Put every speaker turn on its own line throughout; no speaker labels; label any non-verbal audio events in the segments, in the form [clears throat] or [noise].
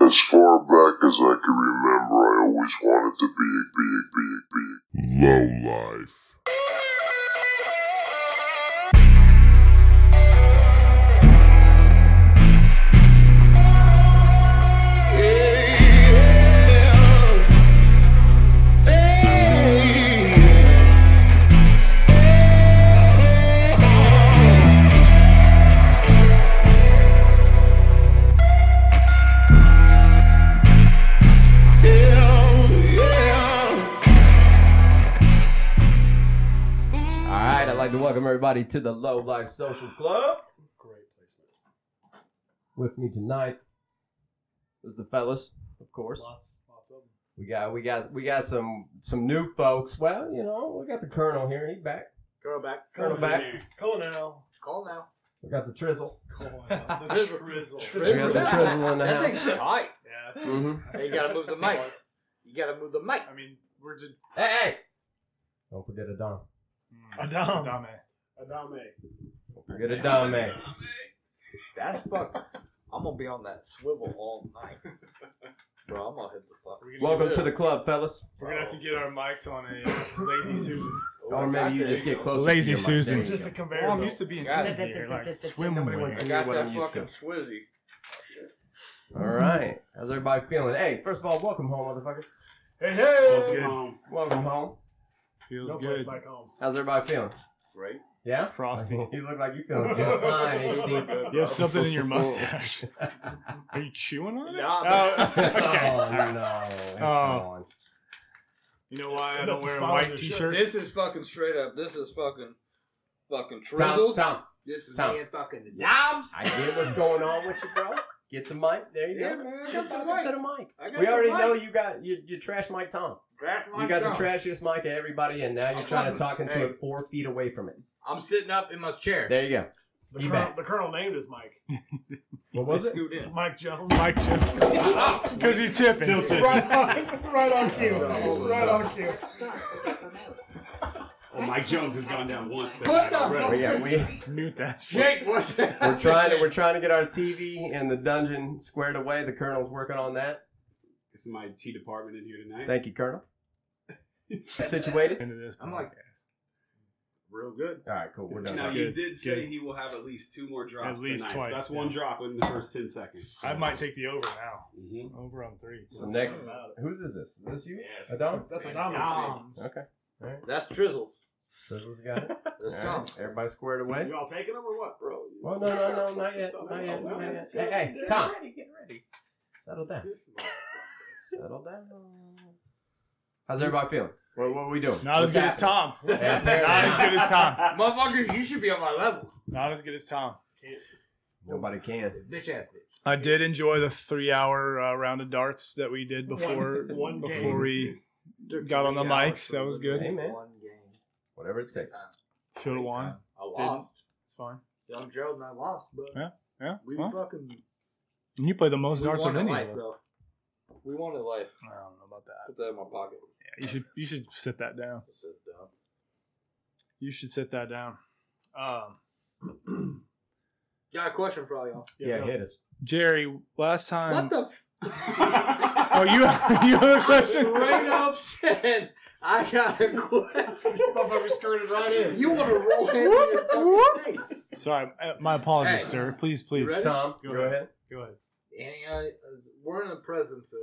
As far back as I can remember, I always wanted to be, be, be, be low life.
All right, I'd like to welcome everybody to the Low Life Social Club.
Great placement.
With me tonight is the fellas, of course.
Lots, lots of them.
We got we got we got some some new folks. Well, you know, we got the Colonel here. He back.
Girl back.
Colonel back.
Call now.
Call now.
We got the Trizzle.
Call
[laughs]
now. The drizzle.
We got the Trizzle in the
That
house.
thing's tight.
Yeah, that's
hmm
Hey, you gotta move the mic.
Smart.
You gotta move the mic.
I mean, we're just
Hey, hey! Don't forget a Dom.
Hmm. Adam. Adame. Adame.
Don't forget a Dom, man.
That's fuck. I'm gonna be on that swivel all [laughs] night. Bro, I'm gonna hit the fuck.
We're gonna-
Welcome to the club, fellas.
We're gonna have to get our mics on a uh, lazy Susan.
Or maybe you just get closer.
Lazy
to your mic. There
Susan.
[laughs]
you
Just
go.
a conveyor.
Well,
I'm used to being
God.
in here, like swimwear.
wants
I
to
got
what I'm
that
used
fucking swizzy.
All right. How's everybody feeling? Hey, first of all, welcome home, motherfuckers.
Hey,
Feels
hey!
good.
Welcome home.
Feels
No place
good.
like um, home.
How's everybody feeling?
Great.
Yeah?
[laughs] Frosty.
[laughs] You look like you feeling [laughs] just fine, HD.
You have something in your mustache. [laughs] Are you
[laughs]
chewing on it?
[laughs] Nah,
Oh, [laughs]
but-
Oh,
okay. All right.
no. It's
Oh.
gone.
You know why I
Shut
don't
up,
wear
just follow
white
your [laughs]
t-shirts?
This is fucking straight up. This is fucking fucking
Tom,
trizzles.
Tom,
This is
Tom.
me and fucking the Noms.
I get what's going on with you, bro. Get the mic. There you
Yeah,
go.
man. I
Just
got the
talking
mic.
to the mic.
I got
We
the
already
mic.
know you got you, you trash mic Tom.
Grab my
You got the
gun.
trashiest mic of everybody, and now you're trying to talk into
Hey.
it four feet away from it.
I'm sitting up in my chair.
There you go.
The,
He
colonel,
back.
the colonel named his Mike.
What was it?
Scoot in.
Mike Jones.
Mike just because you tipping. Still
[laughs] right,
[laughs]
on, right on cue.
Oh,
right on cue.
Well, Mike Jones has gone down once.
What
tonight
the
already.
fuck?
But yeah, we
Mute that. Shit.
Jake, what?
we're trying to we're trying to get our TV and the dungeon squared away. The Colonel's working on that.
This is my tea department in here tonight.
Thank you, Colonel. Situated.
Into this.
I'm like-
podcast.
real good.
All right, cool. We're done.
now
Good,
you did say
good.
he will have at least two more drops
At least
tonight.
twice,
so that's
yeah.
one drop in the first ten seconds.
I might take the over now. [laughs]
Mhm.
Over on three.
So next, who's is this? Is this you? Adam?
That's a
Noms.
dominant.
Okay.
That's Trizzles.
Sizzle's got it.
That's
All right, [laughs]
Tom's.
Everybody squared away.
You all taking them or what, bro?
Well, no, no, no, not yet, not yet, not yet. Hey, hey, Tom,
Get ready.
settle down, settle down. How's everybody feeling? What, what are we doing?
Not as
What's
good as Tom.
happening?
Not as good as [laughs] Tom.
[laughs] Motherfuckers, you should be on my level.
Not as good as Tom.
Nobody can.
Bitch ass bitch.
I did enjoy the three-hour uh, round of darts that we did before
[laughs] One game.
before we Got on the
Three hours
mics,
for
that was good.
Hey, man.
One game.
Whatever it takes.
should have won.
I lost.
It's fine.
Young Gerald and I lost, but
Yeah.
we
well,
fucking
and you play the most
we
darts of
won in
any
life,
of us.
though. We won in life.
I don't know about that.
Put that in my pocket.
Yeah, you should you should sit that down.
That's so dumb.
You should sit that down. Um,
Got a question for all y'all.
Yeah, hit us.
Jerry, last time.
what the?
[laughs] oh, you [laughs] you have a
[laughs]
question?
Straight up said, I got
[laughs]
a question.
Motherfucker skirted right in.
You want to roll in your fucking face?
Sorry, uh, my apologies,
Hey.
sir. Please, please.
ready?
Tom,
Go
go, ahead.
Go ahead.
And uh, we're in the presence of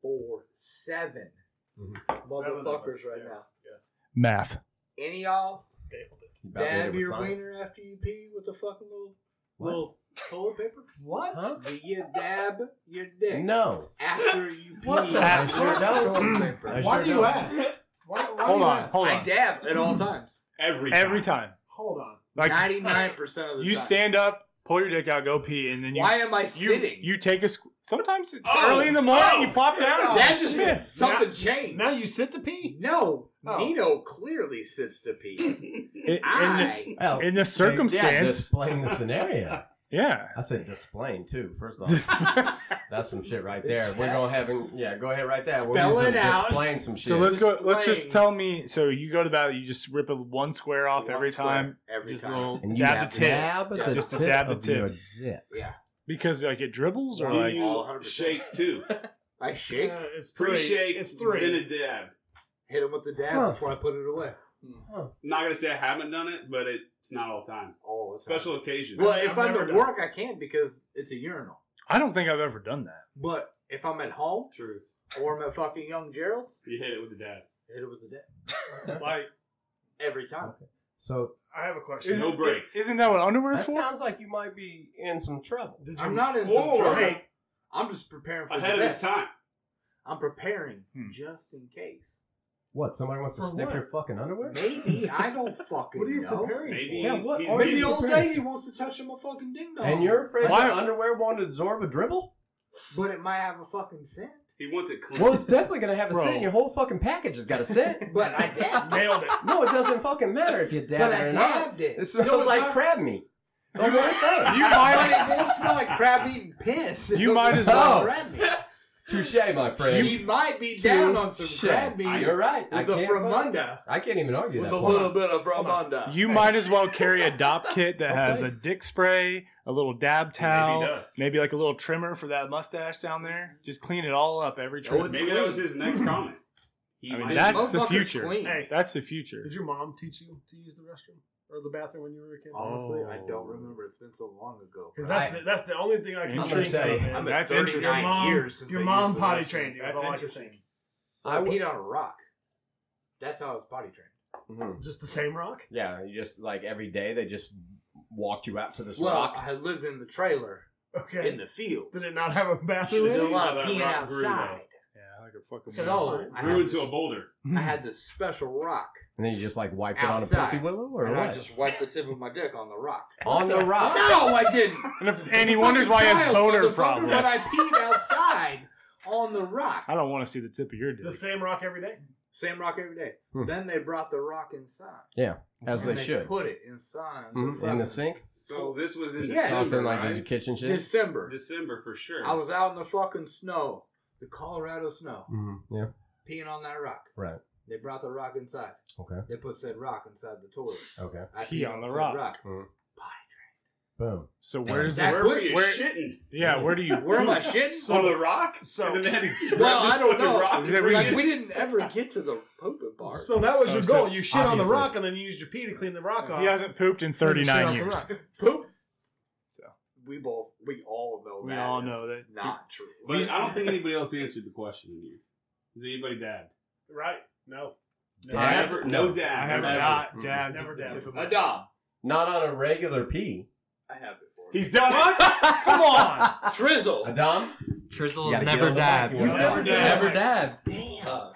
four, seven
Seven of us,
motherfuckers right
yes,
now.
Yes.
Math.
Any y'all
Nailed it.
You about to hit it
dab
with
your
science.
wiener after you pee with a fucking little
What?
little toilet paper?
[laughs]
What?
Huh?
Do you dab your dick
No.
after you
[laughs]
pee?
What the
I
I
sure don't.
Why do you ask? Why, why
Hold
do you
on,
ask?
hold
I
on.
dab at all times.
Every time.
Every time,
Hold on.
like
Ninety-nine percent of the
you
time.
stand up, pull your dick out, go pee, and then you
Why am I
you
sitting?
you take a. Squ- Sometimes it's
Oh!
early in the morning.
Oh!
You plop down.
That's
Oh,
just
shit.
something changed.
Now you sit to pee.
no,
Oh.
Nino clearly sits
[laughs]
to pee.
In- in
Ah.
the-
I
Well,
in this
they- yeah,
circumstance.
displaying the
[laughs]
scenario.
Yeah.
I said displaying too. First off,
so
[laughs] that's some shit right there. We're gonna have him. Yeah, go ahead right there. We're
Spell
using
it out.
displaying some shit.
let's go. Let's
Displaying.
just tell me. So you go to that. You just rip it one square off
One
every
square,
time.
every
just
time.
little
And you
dab the tip.
Dab
Yeah,
the
just
tip
dab the
of
tip.
your zip.
Yeah.
Because like it dribbles or
Do
like
you
all 100%.
shake too?
I shake,
Uh, it's three.
Pre-shake.
It's three.
Then a dab.
hit him with the dab
Huh.
before I put it away.
I'm not gonna say I haven't done it, but it's not all the time.
Oh, it's
Special occasions.
Well,
I've
if I'm
never
at
done
work, I can't because it's a urinal.
I don't think I've ever
[laughs]
done that.
But if I'm at home
Truth.
or I'm at fucking Young Gerald's,
You hit it with the dab.
hit it with the dab
Like
every time.
So
I have a question.
isn't-
No breaks.
Isn't that what underwear is
that
for?
sounds like you might be in some trouble.
Did
I'm not in some
Or-
trouble. I'm just preparing for
Ahead
the
of his
best.
time.
I'm preparing
Hmm.
just in case.
What? Somebody wants to
For
sniff
what?
your fucking underwear?
Maybe
[laughs]
I don't fucking
What are you
know.
preparing
Maybe
Yeah, what-
he's
or
Maybe
maybe
you-
old
preparing?
lady wants to touch him a fucking ding dong.
And you're afraid
Why-
that underwear won't absorb a dribble?
but it might have a fucking scent.
he wants it clean.
Well, it's definitely gonna have a
Bro.
scent. Your whole fucking package has got a scent.
[laughs] But I
[laughs]
dabbed.
Nailed it.
no, it doesn't fucking matter if you dab
but
it
I
or not.
dabbed it.
It
So
smells
it's
like
not-
crab meat. The whole thing.
[laughs] You
[laughs]
But
might
it won't smell like crab eating piss.
You might as well.
Crab meat.
Touche, my friend.
She might be down on some
Touche.
crab meat
You're right. I
with a
can't, fucking-
fromunda.
I can't even argue
With
that.
a
point.
little bit of fromunda.
you might as well carry a dop kit that has
Okay.
a dick spray, a little dab towel,
Maybe
maybe,
he does.
like a little trimmer for that mustache down there. Just clean it all up every
Oh,
trip.
it's-
Maybe that was his next comment. He
I mean,
might-
that's the
Motherfucker's
future.
clean.
Hey.
That's the future.
Did your mom teach you to use the restroom or the bathroom when you were a kid?
Honestly, I
Oh.
don't remember. It's been so long ago.
Because that's
I-
the, that's the only thing I can
Oh, I'm
gonna
trace
say,
of it.
I'm
a That's interesting.
39 Your mom,
years since
your
I
mom
used the
potty
restroom.
trained you. That's,
That's
all I can
interesting.
think.
I
I would-
peed on a rock. That's how I was potty trained.
Mhm.
Just the same rock.
Yeah, you just like every day they just walked you out to this
Well,
rock.
I lived in the trailer
Okay.
in the field.
Did it not have a bathroom?
Should've
There's
in
a
seen
it?
lot
how
of
that
peeing
rock grew, though.
outside.
Yeah, like a fucking
[laughs] So I
grew
had,
into a
this,
boulder.
I
Hmm.
had this special rock,
and then you just like wiped it on a
Outside.
pussy willow or
and
what?
I just wiped the tip of my dick on the
[laughs]
rock.
on the rock.
No, I didn't.
Oh, And, if-
As a
and he wonders why he
fucking
has
child,
boner
motherfucker, But I
problems.
peed outside on the rock.
I don't want to see the tip of your dick.
The same rock every day.
Same rock every day.
Hmm.
Then they brought the rock inside.
As
And
they should.
Put it inside.
Mhm, In the sink?
So this was in
Yeah.
December,
Something like
right?
your kitchen shit?
December.
December for sure.
I was out in the fucking snow, the Colorado snow,
Mhm, Yeah,
peeing on that rock.
right.
They brought the rock inside.
Okay,
They put said rock inside the toilet.
okay.
I
Pee
peed
on the
said
rock.
Mhm.
Potty
Boom.
So where's the
That-
where were you
where-
shitting?
yeah? Where do you?
train. Where
[laughs]
am I shitting?
On the rock?
So-
and then
[laughs]
they had
Well,
to grab
I
[laughs] this
don't
fucking
know.
rock
Is
and
that
bring
really-
Like [laughs]
it.
we didn't ever get to the pooping part. [laughs]
So that was
Oh,
your
so
goal. You shit on the
obviously.
rock, and then you used your pee to clean the rock off.
He hasn't pooped in 39
Shit on the
years.
rock.
poop.
So.
We both, we all know
We
that
all
is
know that-
not true.
But I don't think anybody else answered the question in here. Is anybody dabbed?
Right? No.
Dab?
I
have-
Never-
no.
no dab.
I have
never.
not
Mm.
dabbed.
Never
the
dabbed.
tip of my-
a dom.
Not on a regular pee.
I have it for
He's done it.
Come on.
you. Trizzle.
A dom?
Trizzle
You
has
gotta
never
get on the
dabbed.
mic, you
You've
wanna-
never dabbed.
Never dabbed.
Damn.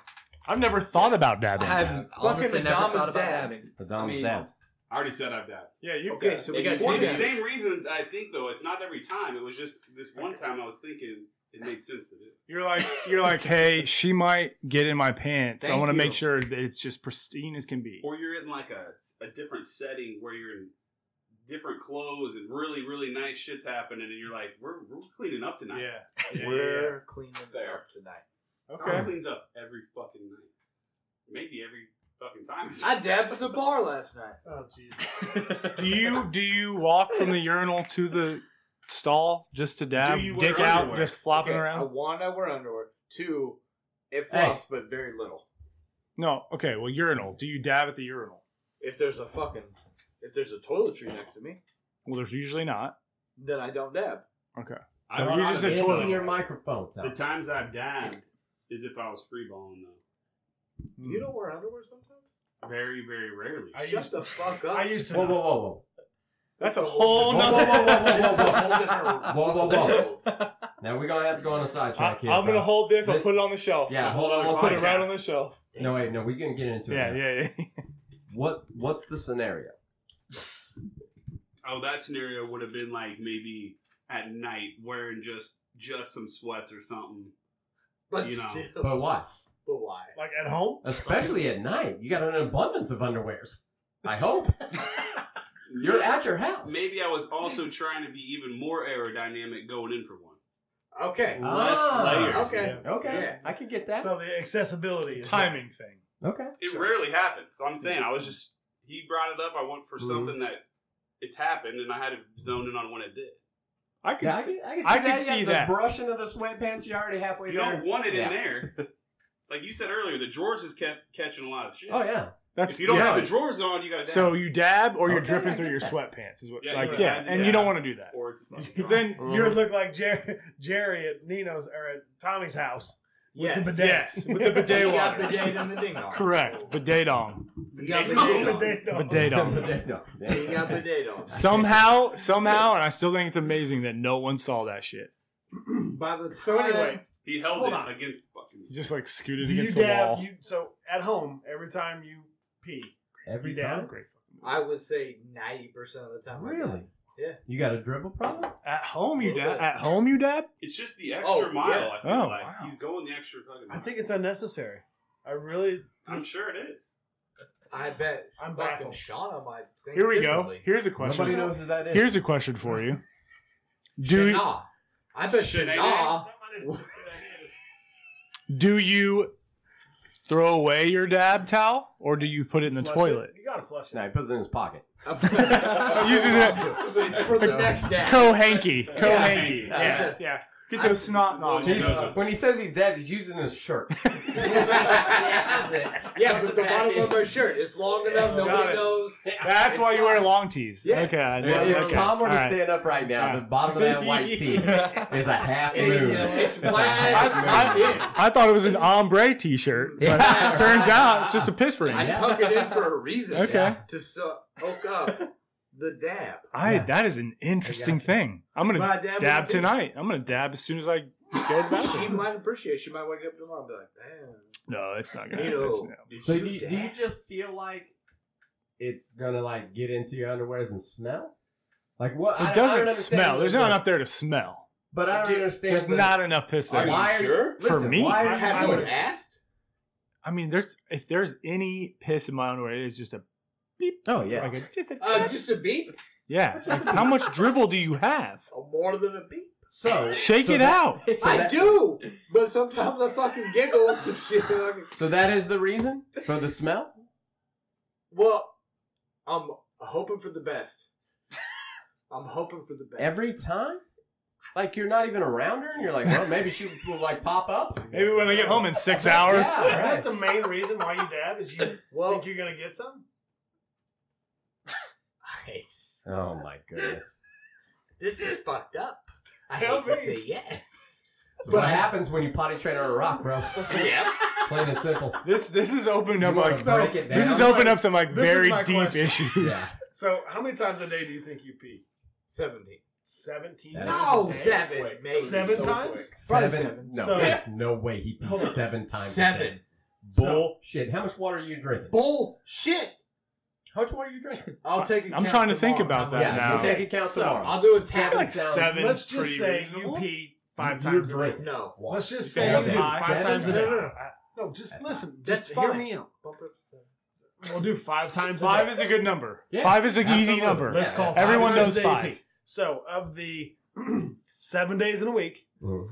I've never thought about
I
dabbing.
have
Fucking
honestly never
Adama's
thought about
dad.
dabbing.
The dom's
I mean-
dabbed.
I already said I've dabbed.
yeah, you
okay, so we got
For
two
the
dads.
same reasons, I think though it's not every time. It was just this one time I was thinking it made sense to do.
You're like you're like, hey, she might get in my pants. I
Thank
want to
you.
make sure that it's just pristine as can be.
Or you're in like a a different setting where you're in different clothes and really really nice shit's happening, and you're like, we're, we're cleaning up [laughs] tonight.
Yeah,
We're
yeah,
cleaning
Fair.
up tonight.
[laughs]
yeah.
Tom
Okay.
cleans up every fucking night, maybe every fucking time.
I dabbed at the bar last night.
Uh,
Oh Jesus.
Do you do you walk from the urinal to the stall just to dab,
Do you wear
dick out,
underwear?
just flopping
Okay, I
around?
one, I wear underwear. Two, it
Hey.
flops, but very little.
No. Okay. Well, urinal. Do you dab at the urinal?
If there's a fucking, if there's a toiletry next to me,
Well, there's usually not.
then I don't dab.
Okay.
I
So
run
you
out
just
of
said
it.
toilet.
Into your microphone,
The
Tom.
times I've dabbed is if I was free balling though.
You don't wear underwear sometimes?
Very very rarely.
I
Shut
used
the fuck up.
I used to.
Whoa, whoa, whoa,
That's a
It's
whoa.
whole
Whoa,
nother.
whoa, whoa, whoa, whoa, whoa, whoa.
whoa,
Whoa, whoa, whoa. Now we're going to have to go on a sidetrack here.
I, am
bro.
gonna hold this. I'll
This-
put it on the shelf.
Yeah,
whole
hold on
other
one
I'll put it
second.
right
podcast.
on the shelf.
No, wait, no, we can get into it.
Yeah,
now.
yeah, yeah.
What, what's the scenario?
Oh, that scenario would have been like maybe at night wearing just just some sweats or something.
But
You know.
still,
But why?
but why?
Like at home.
Especially at night. You got an abundance of underwears. I hope. You're at your house.
Maybe I was also trying to be even more aerodynamic going in for one.
Okay.
Less
Ah.
layers.
Okay.
Okay.
Yeah.
I can get that.
So the accessibility.
It's
is
a timing thing.
okay.
It rarely happens. So I'm saying I was just he brought it up. I went for
Mhm.
something that it's happened, and I had to zone in on when it did.
I could.
Yeah, I
see,
can, I can see,
I can
that.
see
yeah,
that.
The brushing of the sweatpants, you're already halfway
You
there.
don't want it
Yeah.
in there.
[laughs]
Like you said earlier, the drawers is kept catching a lot of shit.
Oh,
[laughs]
yeah.
that's
If you don't
yeah.
have the drawers on, you got to
So you dab or you're
Okay,
dripping
I
through
get
your
that.
sweatpants is what
Yeah,
like
you
yeah,
would add to
and you
that.
don't want to do
[laughs]
that.
or it's
[laughs]
a fucking
Because
drawing.
then
Oh.
you would look like Jer- Jerry at Nino's or at Tommy's house.
Yes.
With the bidet.
Yes, with the bidet
You got
water.
bidet in the ding dong.
Correct, bidet dong,
got
Yeah,
bidet
no.
on.
Bidet dog.
bidet
[laughs]
dong.
You got bidet on.
Somehow, somehow, and I still think it's amazing that no one saw that shit.
By the time,
So anyway,
he held
Hold
it
on.
against the fucking.
You just like scooted
do you
against the
dab?
wall.
You, so at home, every time you pee,
Every
you dab.
time?
Great.
I would say ninety percent of the time. I
Really?
Yeah.
You got a dribble problem?
At home, you
A little
dab.
bit.
At home, you dab.
It's just the extra
yeah.
mile. I feel
Oh,
like
wow.
he's going the extra fucking.
I
mile.
think it's unnecessary. I really,
I'm sure it is.
I bet
I'm
fucking
baffled.
Shauna might think
Here we go.
differently.
Here's a question.
Nobody knows who that is.
Here's a question for you. Do
Shana. I bet
Shanae.
Shana.
[laughs]
do you throw away your dab towel or do you put it in the
Flush
toilet?
It. You gotta flush it.
No, he puts it in his pocket.
Uses
it [laughs] for the next day.
Co hanky, co
Yeah.
hanky. Yeah, yeah. Get those snot
Well,
knobs.
you
He's,
know-
when he says he's dead, he's using his shirt.
yeah,
Puts
but
it
the
back
bottom
in.
of her shirt is long
Got
enough. Nobody
it.
knows.
That's why you wear long tees.
Yes.
Okay, I
Yeah,
okay.
if Tom were to
all right.
stand up right now,
All
the bottom of [laughs] that white tee is a half moon. That's
It's
a
flat.
half moon.
I-
I thought it was an ombre T-shirt, but
Yeah.
it turns out it's just a piss ring.
I
Yeah.
tuck it in for a reason.
Okay.
yeah, to so- hook up the dab.
I
Yeah.
that is an interesting thing. I'm
But
gonna
I dab,
dab
with a
tonight. I'm gonna dab as soon as I go to the
beat.
[laughs]
She
bathroom.
might appreciate. it. She might wake up tomorrow and be like,
No, it's not
"Damn,
gonna.
Nito,
It's, no.
did
So
you
do you, do you
dab?"
just feel like it's gonna like get into your underwears and smell? Like what? I- I
It
don't
doesn't
understand
smell.
the-
There's not enough there to smell.
But I don't understand.
There's
the-
not enough piss
Are
there.
you
why
sure?
For
Listen,
me,
why are
I
you
have
doing
one
it?
asked.
I mean, there's if there's any piss in my underwear, it is just a
Oh yeah.
like a, just a
Uh, just a beat,
yeah. Like, how much dribble do you have?
or Oh, more than a beat.
So
Shake
so
it
that-
out.
So
I
that-
do, but sometimes I fucking giggle at some shit. [laughs] and I'm like,
So that is the reason for the smell.
Well, I'm hoping for the best.
[laughs]
I'm hoping for the best.
Every time, like you're not even around her, and you're like, well, maybe she will like pop up.
Maybe when I get home in six hours.
Yeah,
Is that
right.
the main reason why you dab? Is you
well,
think you're gonna get some?
it's-
Oh my goodness.
[laughs] this is fucked up. I
Tell
hate to
me.
say
[laughs]
yes.
So what happens when you potty train on a rock, bro?
yeah.
Plain and simple.
This this is opening
You
up
wanna
like
break it
this
down?
is opening up some like
This is
very
my
deep
question.
issues.
Yeah.
So how many times a day do you think you pee?
17.
Seventeen.
That
No,
times a day?
seven, maybe. So
Seven times.
Seven.
seven.
No,
So-
there's no way he pees
Hold on.
seven times. A day.
Seven.
Bullshit. How much water are you drinking?
Bullshit.
How much water are you drinking?
I'll take a
I'm
count
trying to think
tomorrow.
about that
How much-
now.
we'll take account
So,
tomorrow.
I'll do a
I
tap.
feel like seven.
Let's just say you pee five times a day.
drink.
No.
Water.
Let's just
All
say you
day.
pee five
Seven?
times a
No,
day.
no, no.
No, just
That's
listen.
That's
just hear
fine.
me out.
Bump up to seven.
We'll do five times a
Five
day.
is a good number.
Yeah,
Five is an easy
absolutely.
number.
Let's
Yeah,
call
yeah.
five
Everyone
times
knows
a day you
five.
pee. So of the [clears throat] seven days in a week,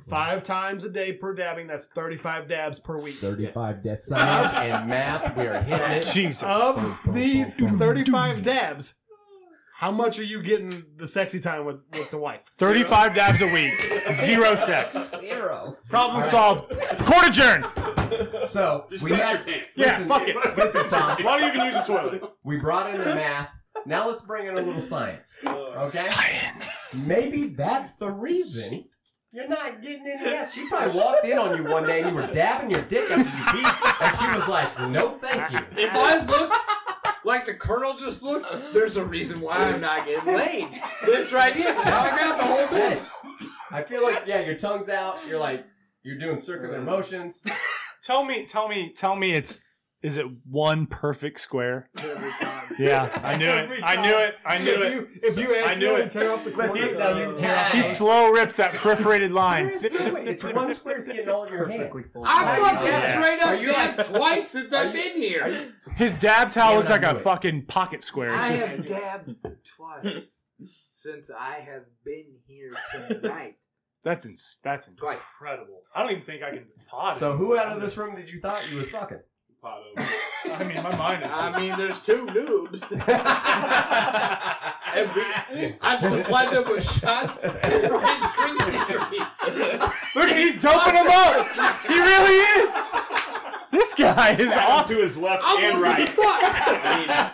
five times a day per dabbing, that's thirty-five dabs per week.
Thirty-five yes. science and math. We are hitting it.
[laughs] Jesus.
Of these thirty-five dabs, how much are you getting the sexy time with with the wife?
35 dabs a week. Zero sex.
Zero.
Problem
All right.
solved. Court adjourned.
So
Just
we
piss
had.
your pants.
[laughs] Yeah,
listen,
fuck it. [laughs]
Listen, Tom.
Why do you even use a toilet?
We brought in the math. Now let's bring in a little science. Okay. Maybe that's the reason you're not getting any ass. She probably walked in on you one day and you were dabbing your dick after you pee, and she was like, "No, thank you."
If
[laughs]
I look like the Colonel just looked, there's a reason why I'm not getting laid.
[laughs]
This right here, I got the whole bit.
I feel like yeah, your tongue's out. You're like you're doing
Uh,
circular motions.
Tell me, tell me, tell me it's is it one perfect square?
Every time.
Yeah, I knew it.
Every
I knew it. I knew
if
it.
you if you
I
ask
knew
her to
it.
tear up the corner,
Listen,
uh,
no, you tear up-
He slow rips that perforated line.
There is no way. It's one square's getting all in your hand.
I fucked that
Yeah.
straight up
Are you
dad
like-
twice since
are
I've
you-
been here.
are you-
His dab towel
Damn,
looks
I
like a
knew it.
fucking pocket square. It's
I
just-
have dabbed twice since I have been here tonight.
that's ins- that's
Twice.
incredible. I don't even think I can pod.
So who out of this room did you thought you was fucking?
pot open.
I mean, my mind
[laughs]
is.
I mean, there's two
[laughs]
noobs. and we, I've supplied them with shots and Rice Krispie treats.
Look, he's doping him up. He really is. This guy is
Sat him
awesome.
to his left
I'm
and
right.
right.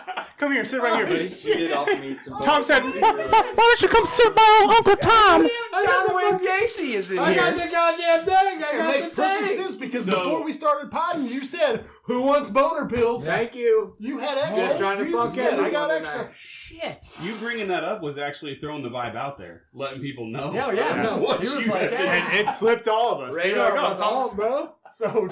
fuck.
Come here, sit right here, [laughs] buddy.
She did offer me some.
Tom said, "Why why don't you come sit by old Uncle Tom?"
John Wayne Gacy is in
I got
here.
the goddamn thing. I
It
got
makes
the
perfect
thing.
sense because
So-
before we started potting, you said, "Who wants boner pills?"
Thank you.
You had extra.
Just trying to
You
fuck
said, I got
everyone
extra.
tonight.
Shit.
You bringing that up was actually throwing the vibe out there, letting people
Oh,
know.
Yeah, yeah.
No,
what
he was
you
like,
had
"Yeah."
And it slipped all of us. We were
Radar
like,
was on, bro.
So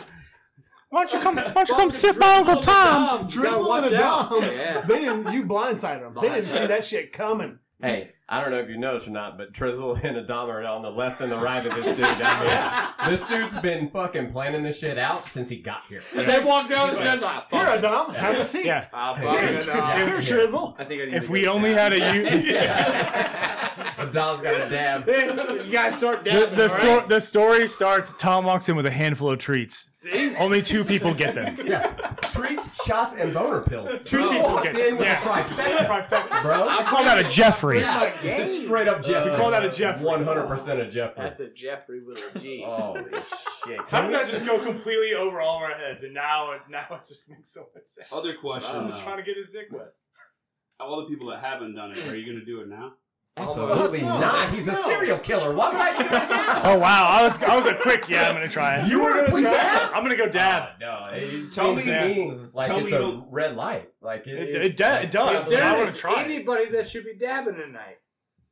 Why don't you come? Why don't you come
Fucking
sit by Uncle
drizzle on
Tom?
the Tom.
Drizzle
Gotta watch
and a
out.
Dom.
Yeah. [laughs]
they didn't. You blindsided them. They didn't see that shit coming.
Hey, I don't know if you noticed or not, but Trizzle [laughs] and Adama are on the left and the right of this dude down here. This dude's been fucking planning this shit out since he got here.
They walked down the stairs. I
Here,
fuck.
a Dom, have a seat.
Yeah.
I
Here,
fucking uh,
Here, Shrizzle.
I think I need
If
to
we
get
only
down.
had a [laughs] you,
Adama's got a dab.
[laughs]
you guys start
the,
dabbing.
the,
all
sto-
right?
the story starts. Tom walks in with a handful of treats.
[laughs] See?
Only two people get them.
Yeah. Treats, shots, and boner pills.
[laughs] Two
Bro,
people
walked
get-
in with
yeah.
a trifecta, bro.
I [laughs] call that a Jeffrey.
This is straight up Jeff.
We call that a Jeff.
One hundred percent a Jeff.
That's a Jeffrey with a G.
Holy shit!
How did that just go completely over all of our heads? And now, now it just makes so much sense.
Other question: uh,
I'm
He's
though.
just trying to get his dick wet.
All the people that haven't done it, are you going to do it [laughs] now?
Absolutely
no.
not. He's a serial killer. Why would I do
[laughs]
that?
Oh wow! I was I was a quick. Yeah, I'm gonna try it.
You were gonna try
I'm gonna- I'm gonna go dab.
No, it
Tell
seems
me-
to me like
tell
it's
me you
a
don't-
red light. Like it,
It,
it's
it, da-
like-
it does.
If
but I
there
want
is
to try. it.
anybody that should be dabbing tonight,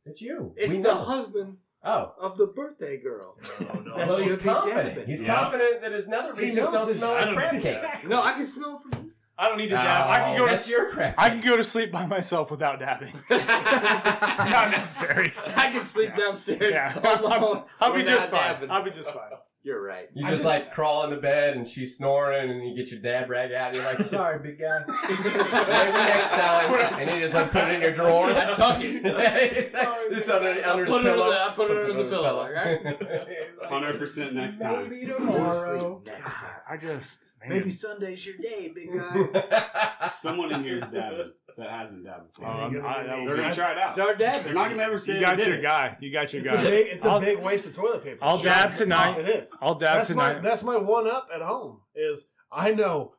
It's you.
it's
we
the
know.
husband
Oh,
of the birthday girl. That
well, he's
should be
confident.
dabbing.
He's
Yeah.
confident that his
He
netherbeaks just
knows
don't
this.
smell
I
like
don't
crab
think
cakes.
No, I can smell it
[laughs]
from you.
I don't need to dab. I can go
Oh, that's
to
your crab.
I can go to sleep by myself without dabbing. It's [laughs] not necessary.
I can sleep downstairs.
Yeah,
alone.
I'll, I'll be
We're
just
not
fine.
dabbing.
I'll be just fine.
You're right. [laughs]
You
I
just,
just-
like crawl in the bed and she's snoring and you get your dab rag out and you're like, sorry, big
[laughs]
guy. Maybe next time. And you just like put it in your drawer.
[laughs]
I tuck it. [laughs] it's it's under, under his
Put it under
pillow.
the- I put it
Puts
under the
his
pillow,
[laughs] Like,
Hundred percent next
[laughs]
time.
Maybe tomorrow.
Sleep next time.
I just
Maybe Sunday's your day, big
[laughs]
guy. [laughs]
[laughs]
Someone in here is dabbing that hasn't dabbed before.
Um, I- that would
They're
be-
gonna try it out.
Start
They're
dabbing.
not gonna ever say
you
they
got
did
your
it.
guy. You got your
It's a
guy.
big. It's a
I'll-
big waste of toilet paper.
I'll dab tonight.
It is.
I'll dab
That's my.
tonight.
That's my one up at home. Is I know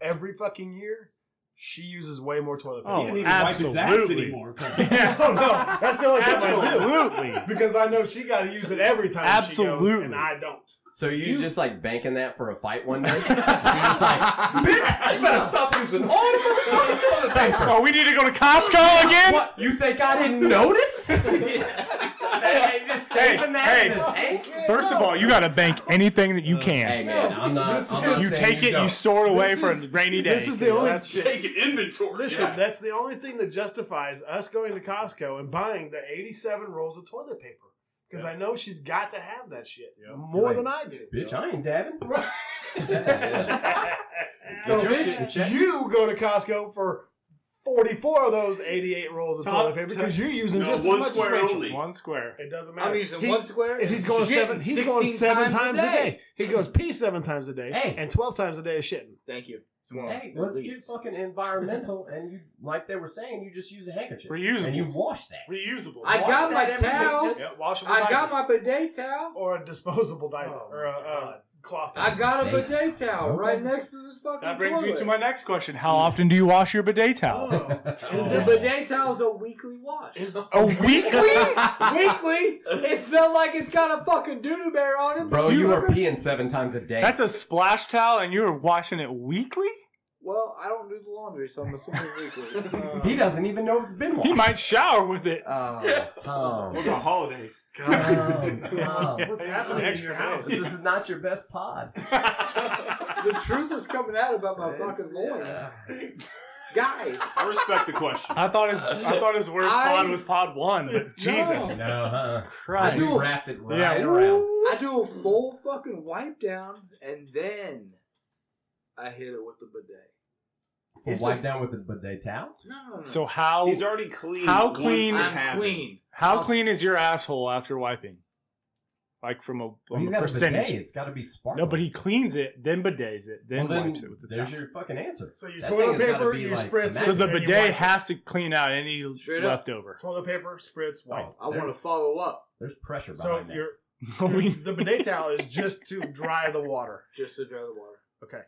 every fucking year she uses way more toilet paper.
Oh,
[laughs]
He didn't even wipe his ass
absolutely.
anymore. [laughs]
[laughs]
'cause
Yeah.
Oh, no, no, [laughs] that's the only time I do.
Absolutely.
Because I know she got to use it every time she goes,
Absolutely.
and I don't.
So you, just like banking that for a fight [laughs] one day? You're just like, bitch, you better stop using all the motherfucking toilet paper.
Oh, we need to go to Costco again.
What? You think I didn't [laughs] notice? hey, just
Hey,
saving that in the
hey.
tank?
First of all, you gotta bank anything that you
Hey
can.
man, I'm not.
This
I'm not
is-
You
saying
take it, you
don't.
store it away
This
for a
is-
rainy day.
this is the only-
That's-
Take an inventory.
Listen,
yeah.
that's the only thing that justifies us going to Costco and buying the 87 rolls of toilet paper. Because I know she's got to have that shit more
Right.
than I do.
Bitch,
[laughs]
I ain't dabbing. Did your
So,
shit in
bitch,
check?
[laughs] you go to Costco for 44 of those 88 rolls of
Tom,
toilet paper
Tom-
because you're using
No,
just as
one
much
square
as Rachel.
only.
One square.
It doesn't matter.
I'm using
He-
one square.
If he's going
Shitting
seven, he's going
16
seven
times a
times a
day.
day. He goes pee seven times a day
Hey.
and 12 times a day is shitting.
Thank you.
hey,
At
let's get
least.
fucking environmental, and you, like they were saying, you just use a handkerchief
Reusable.
and you wash that.
Reusable.
I
Wash
got
that
my
every day,
towel.
just-
Yeah, washable.
I got
diaper.
my bidet towel.
Or a disposable diaper
Oh,
or a,
my
a
God.
cloth.
I got a bidet towel
Okay.
right next to the fucking
That brings me to my
toilet.
next question. How often do you wash your bidet towel?
[laughs]
Is
The
there-
bidet towel's a weekly wash.
Is-
A
[laughs]
weekly?
weekly? It's not like it's got a fucking doodoo bear on it.
Bro, you, are
fucker.
peeing seven times a day.
That's a splash towel, and you're washing it weekly?
Well, I don't do the laundry, so I'm assuming [laughs] weekly.
Uh,
he doesn't even know it's been washed.
He might shower with it.
Oh,
What
[laughs]
Tom.
about holidays?
Tom, Tom.
What's happening in
Extra
your house?
This is not your best pod.
the truth is coming out about my fucking loins. Guys,
[laughs] I respect the question.
[laughs] I thought his I thought his worst
I-
pod was pod one, but Jesus
No.
No, uh-uh. huh? I
Christ.
just wrapped it right
Yeah.
around.
I do a full fucking wipe down and then I hit it with the bidet.
We'll
It's
wipe
a-
down with the bidet towel.
No, no, no.
So how
He's already clean.
How
once
clean-
it
I'm
happens.
clean.
how clean is your asshole after wiping? like from a,
Well,
on
he's
a
got a bidet.
percentage.
It's got to be sparkling.
no, but he cleans it, then bidets it, then
Well, then
wipes it with the
there's
towel.
your fucking answer.
So your
That thing
toilet
has gotta
paper,
be
your
like
spritz.
the
so
magic.
the
and your
bidet
wipe.
has to clean out any
Straight up.
[laughs]
leftover.
toilet paper, spritz, wipe.
Oh,
I
there-
want to follow up
There's pressure
so
behind that.
[laughs] your
We-
the bidet towel is just [laughs] to dry the water.
just to dry the water.
Okay,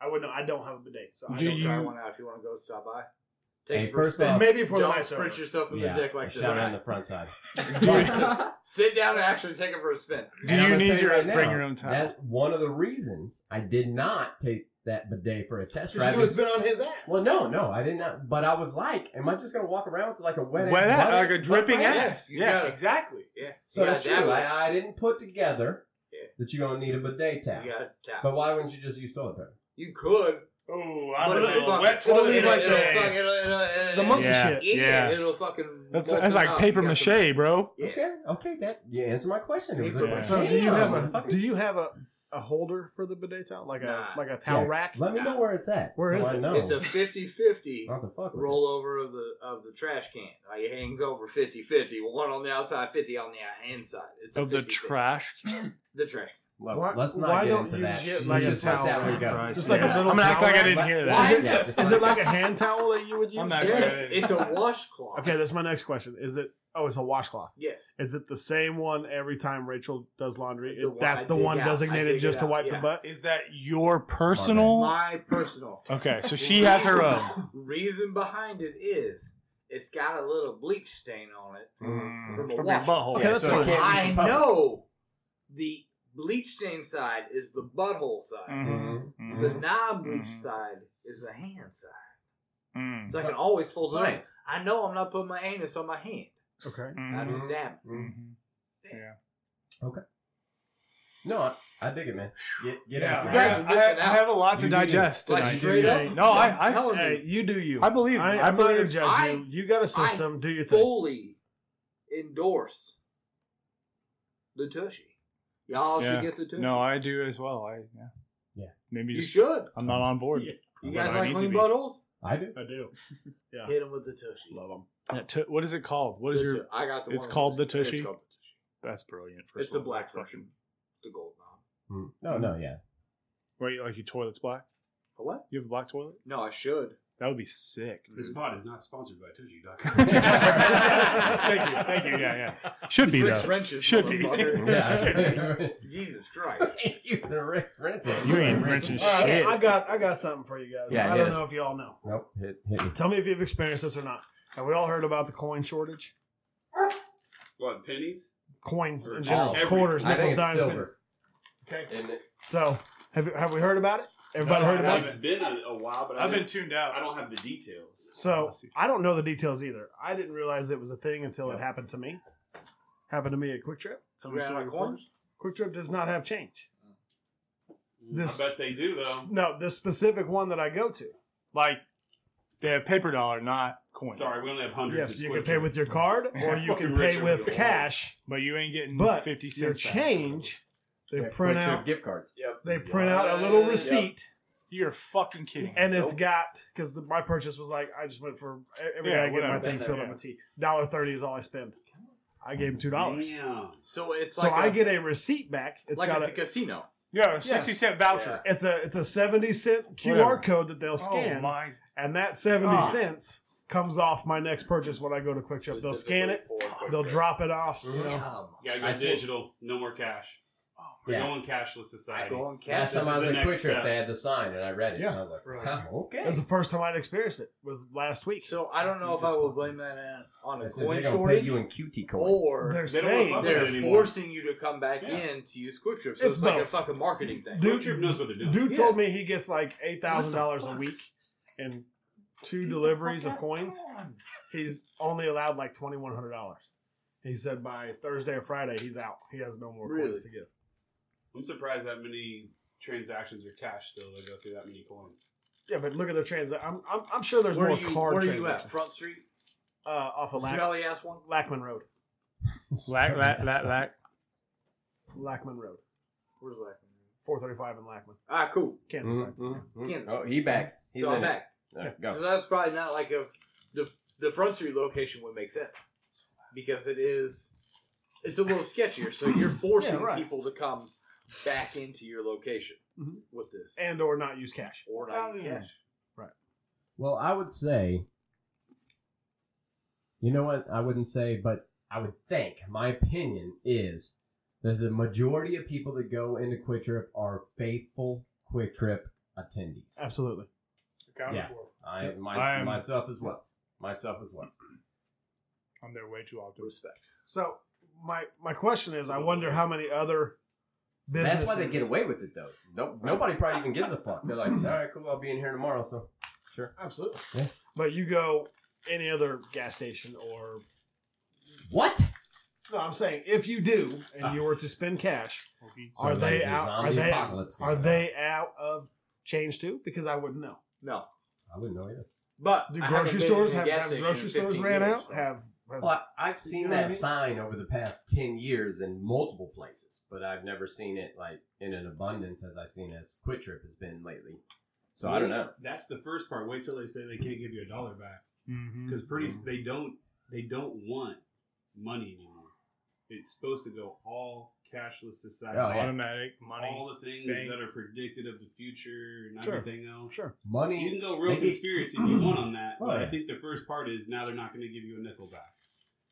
I would know. I don't have a bidet, so I
Do
I'll
don't
you-
try one out if you want to go stop by.
Hey,
Take it for a
first
spin.
off-
And maybe for the
Don't
night's
spritz
over.
yourself in
yeah,
the dick
a
like this.
shout out on the front
[laughs]
side.
[laughs]
Sit down and actually take it for a spin.
Do
And I'm
you
gonna
need
tell
your
right
bring
now,
your own towel?
That one of the reasons I did not take that bidet for a test
Because you
drive.
know it's
Is,
been on his ass.
well, no, no, I did not. But I was like, am I just gonna walk around with like a wet,
Wet
ass,
ass,
butt-
like a
butt
dripping
crack?
ass.
You
Yeah.
gotta-
Exactly.
Yeah.
So
You gotta
that's true.
dabble.
I, I didn't put together
Yeah.
that you're gonna need a bidet towel.
You got to tap.
But why wouldn't you just use toilet paper?
you could.
Oh,
but if it fucking- it'll-
toilet
it'll-
like
it'll
that.
fuck- it'll- it'll- it'll-
The monkey
Yeah.
shit.
Yeah,
Yeah.
it'll fucking.
That's
molten
that's like
up.
paper
You got
mache,
some-
bro.
Yeah.
Okay, okay, that you answered my question. It was
Yeah.
a-
So do you
Damn,
have a
motherfuckers.
do you have a, a holder for the bidet towel like
Nah.
a like a towel
Yeah.
rack?
Let me know where it's at.
Where
so
is
I
it?
Know.
It's a 50-50
Not the fuck. with it.
rollover of the of the trash can. Like it hangs over 50-50. One on the outside, fifty on the inside. It's a
Of the
50-50.
trash.
The trash.
Look,
Why-
let's not
why
get
don't
into
you
that.
get,
You
like, a
just let's
towel
out where
for
you go.
Christ.
Just like a
Yeah.
little
I'm gonna act
towel
like I
rack.
didn't hear that.
Why-
Is it,
Yeah, just
is
like-
it like a hand towel that you would use?
I'm not-
Yes, it's a washcloth.
Okay, that's my next question. Is it? Oh, it's a washcloth.
Yes.
Is it the same one every time Rachel does laundry?
The one
that's
I
the
dig
one
out. I dig
designated
it
just to
out,
wipe
yeah.
the butt.
Is that your personal?
My personal
Okay, so [laughs] she has
[laughs]
her own.
reason behind it is it's got a little bleach stain on it
Mm.
from a
From your
wash.
butthole.
Okay,
Yeah,
that's
so it can't
fine.
be
I
public.
know the bleach stain side is the butthole side.
Mhm,
Mm-hmm.
Mm-hmm.
The
mhm,
non-bleach
Mhm.
side is the hand side.
mhm,
So I can always fold it up.
Science.
I know I'm not putting my anus on my hand.
Okay.
I
mhm,
just dab.
mhm.
No, I, I dig it, man. Get, get
Yeah,
out.
I,
You
have, I
guys are
have-
missing out.
I have a lot to
You do.
digest
Like
tonight.
straight
Yeah.
up.
No, I-
I'm
I-
telling
Hey,
you,
you do you.
I believe.
I,
I,
I'm not gonna
believe.
judge
I-
you. You got a
I
system. do your thing.
fully endorse the tushy. Y'all
Yeah.
should get the tushy.
No, I do as well. I yeah.
Yeah.
Maybe
you
just,
should.
I'm not on board.
Yeah.
You
But
guys
I
like
need to
clean
be.
buttholes?
I do.
I do. Yeah.
Hit them with the tushy.
Love them.
That tu- what is it called? What is
The
your?
tu- I got the.
it's
one
called
with
the tushy?
It's, called the tushy.
That's brilliant. first
It's the
of all.
black
That's fucking-
version. The gold knob.
Mm. No, no, yeah.
Wait, like your toilet's black?
A What?
You have a black toilet?
No, I should.
That would be sick. dude.
This
[laughs]
pod is not sponsored by
[laughs]
Tushy.com.
thank you, thank you. Yeah, yeah. Should be
Bricks
though.
wrenches.
Should be.
[laughs]
motherfucker.
[laughs] Yeah.
Jesus Christ.
Using a Rex Rinson.
You ain't wrenching
All right,
shit.
I got I got something for you guys.
Yeah,
I don't
yes.
know if you all know.
Nope. Hit, hit me.
Tell me if you've experienced this or not. Have we all heard about the coin shortage?
what,
[laughs]
pennies?
Coins
Or
in general,
every-
quarters,
I
nickels,
think it's
dimes.
silver.
pennies. Okay.
Isn't it?
So have you- have we heard about it? Everybody
No,
heard
I
about
haven't.
it?
It's been a, a while, but I've been.
tuned
I
out.
don't have the details.
So
Bless you.
Oh, I don't know the details either. I didn't realize it was a thing until it happened to me. Happened to me at Quick Trip.
Ran out of coins?
Quick Trip does not have change. Mm, This-
I bet they do though.
No, the specific one that I go to.
Like they have paper dollar, not coin.
Sorry, we only have hundreds.
Yes,
It's
you
quick
can pay
trip.
with your [laughs] card, or you
Fucking
can pay
Richard
with
would go
cash.
but you ain't getting
But
fifty
your
cents. back.
change, they
Yeah,
print
quick trip
out.
gift cards.
Yep.
They print out a little receipt,
You're fucking kidding.
and it's
Nope.
got because my purchase was like I just went for e-, every
Yeah,
day I get my
whatever.
thing
Yeah,
filled
yeah.
up with tea. Dollar thirty is all I spend. I gave him two dollars,
Damn.
So it's
so
like
I
a-
get a receipt back. It's
like
got
it's a
a,
casino.
yeah, a sixty cent voucher.
it's a it's a seventy cent QR
Whatever.
code that they'll
Oh
scan,
my!
and that seventy
Ah.
cents comes off my next purchase when I go to Quick Trip. They'll scan it,
Specifically for Quick
they'll
Trip.
drop it off.
Mhm.
Damn.
Yeah,
I
go
see.
digital. No more cash.
Oh,
We're
Yeah.
going cashless
I
society.
go on
Last
cash.
time I
is
was
the
at
next
Quick Trip,
step.
they had the sign, and I read it.
Yeah.
And I was like,
Right.
huh, okay.
That's the first time I'd experienced it. Was last week.
So I don't know if I will blame that on- on
I
a
said,
coin
they're gonna pay
shortage
you in QT coin.
Oh.
or
they're
They don't wanna
saying
fuck with
they're
it anymore.
forcing you to come back
Yeah.
in to use Quick Trip. So it's,
It's
like a
both.
fucking marketing thing.
Quick Trip knows what they're doing.
Dude
Yeah.
told me he gets like eight thousand dollars a week and two deliveries of coins. He's only allowed like twenty one hundred dollars. He said by Thursday or Friday he's out. He has no more
Really?
coins to give.
I'm surprised that many transactions are cash still. They go through that many coins.
Yeah, but look at the transaction. I'm, I'm, I'm sure there's
where
more
are you,
card
where are you at?
transactions.
Front Street?
Uh, off of Lack-
Smelly ass one?
Lackman Road.
Lack, lack, lack, lack.
Lackman Road.
Where's that?
Four thirty five in Lackman,
Ah, cool.
Kansas.
Mhm,
side.
mhm, mhm.
Kansas.
Oh, he back. He's
so I'm
in it.
back.
All right,
So
Go.
that's probably not like a the the Front Street location would make sense because it is it's a little sketchier. So you're forcing
[coughs] Yeah, right.
people to come back into your location
Mhm.
with this,
and or not use cash.
or not even
Yeah.
cash.
Well, I would say, you know what? I wouldn't say, but I would think my opinion is that the majority of people that go into Quick Trip are faithful Quick Trip attendees.
Absolutely.
Accounted
Yeah.
for.
I, my,
I'm-
myself as well. Myself as well.
I'm there way too often.
Respect.
So my my question is, I wonder how many other businesses.
That's why they get away with it, though. No, nobody probably even gives a fuck. They're like,
[clears throat]
all right, cool, I'll be in here tomorrow. So, sure.
Absolutely.
Yeah.
But you go any other gas station or
What?
no, I'm saying if you do and
Ah.
you were to spend cash, are
So,
they
like, the
out? Are
zombie
they
apocalypse.
are they out of change too? Because I wouldn't know.
No,
I wouldn't know either.
but
Do
I haven't
grocery
been
stores
to a
have,
gas
have
station
grocery
in
stores
15
ran
years,
out?
so-
Have, have
Well, I- I've seen
You know what I
that
mean?
sign over the past 10 years in multiple places, but I've never seen it like in an abundance as I've seen as Quit Trip has been lately. So I don't know.
That's the first part. Wait till they say they can't give you a dollar back
Mm-hmm.
because pretty s they don't they don't want money anymore. It's supposed to go all cashless society.
Oh, yeah.
automatic money.
All the things
bank.
that are predicted of the future and
Sure.
everything else.
sure.
You
Money.
can go real
Maybe-
conspiracy if you want on that,
Oh,
but I
yeah.
think the first part is now they're not going to give you a nickel back.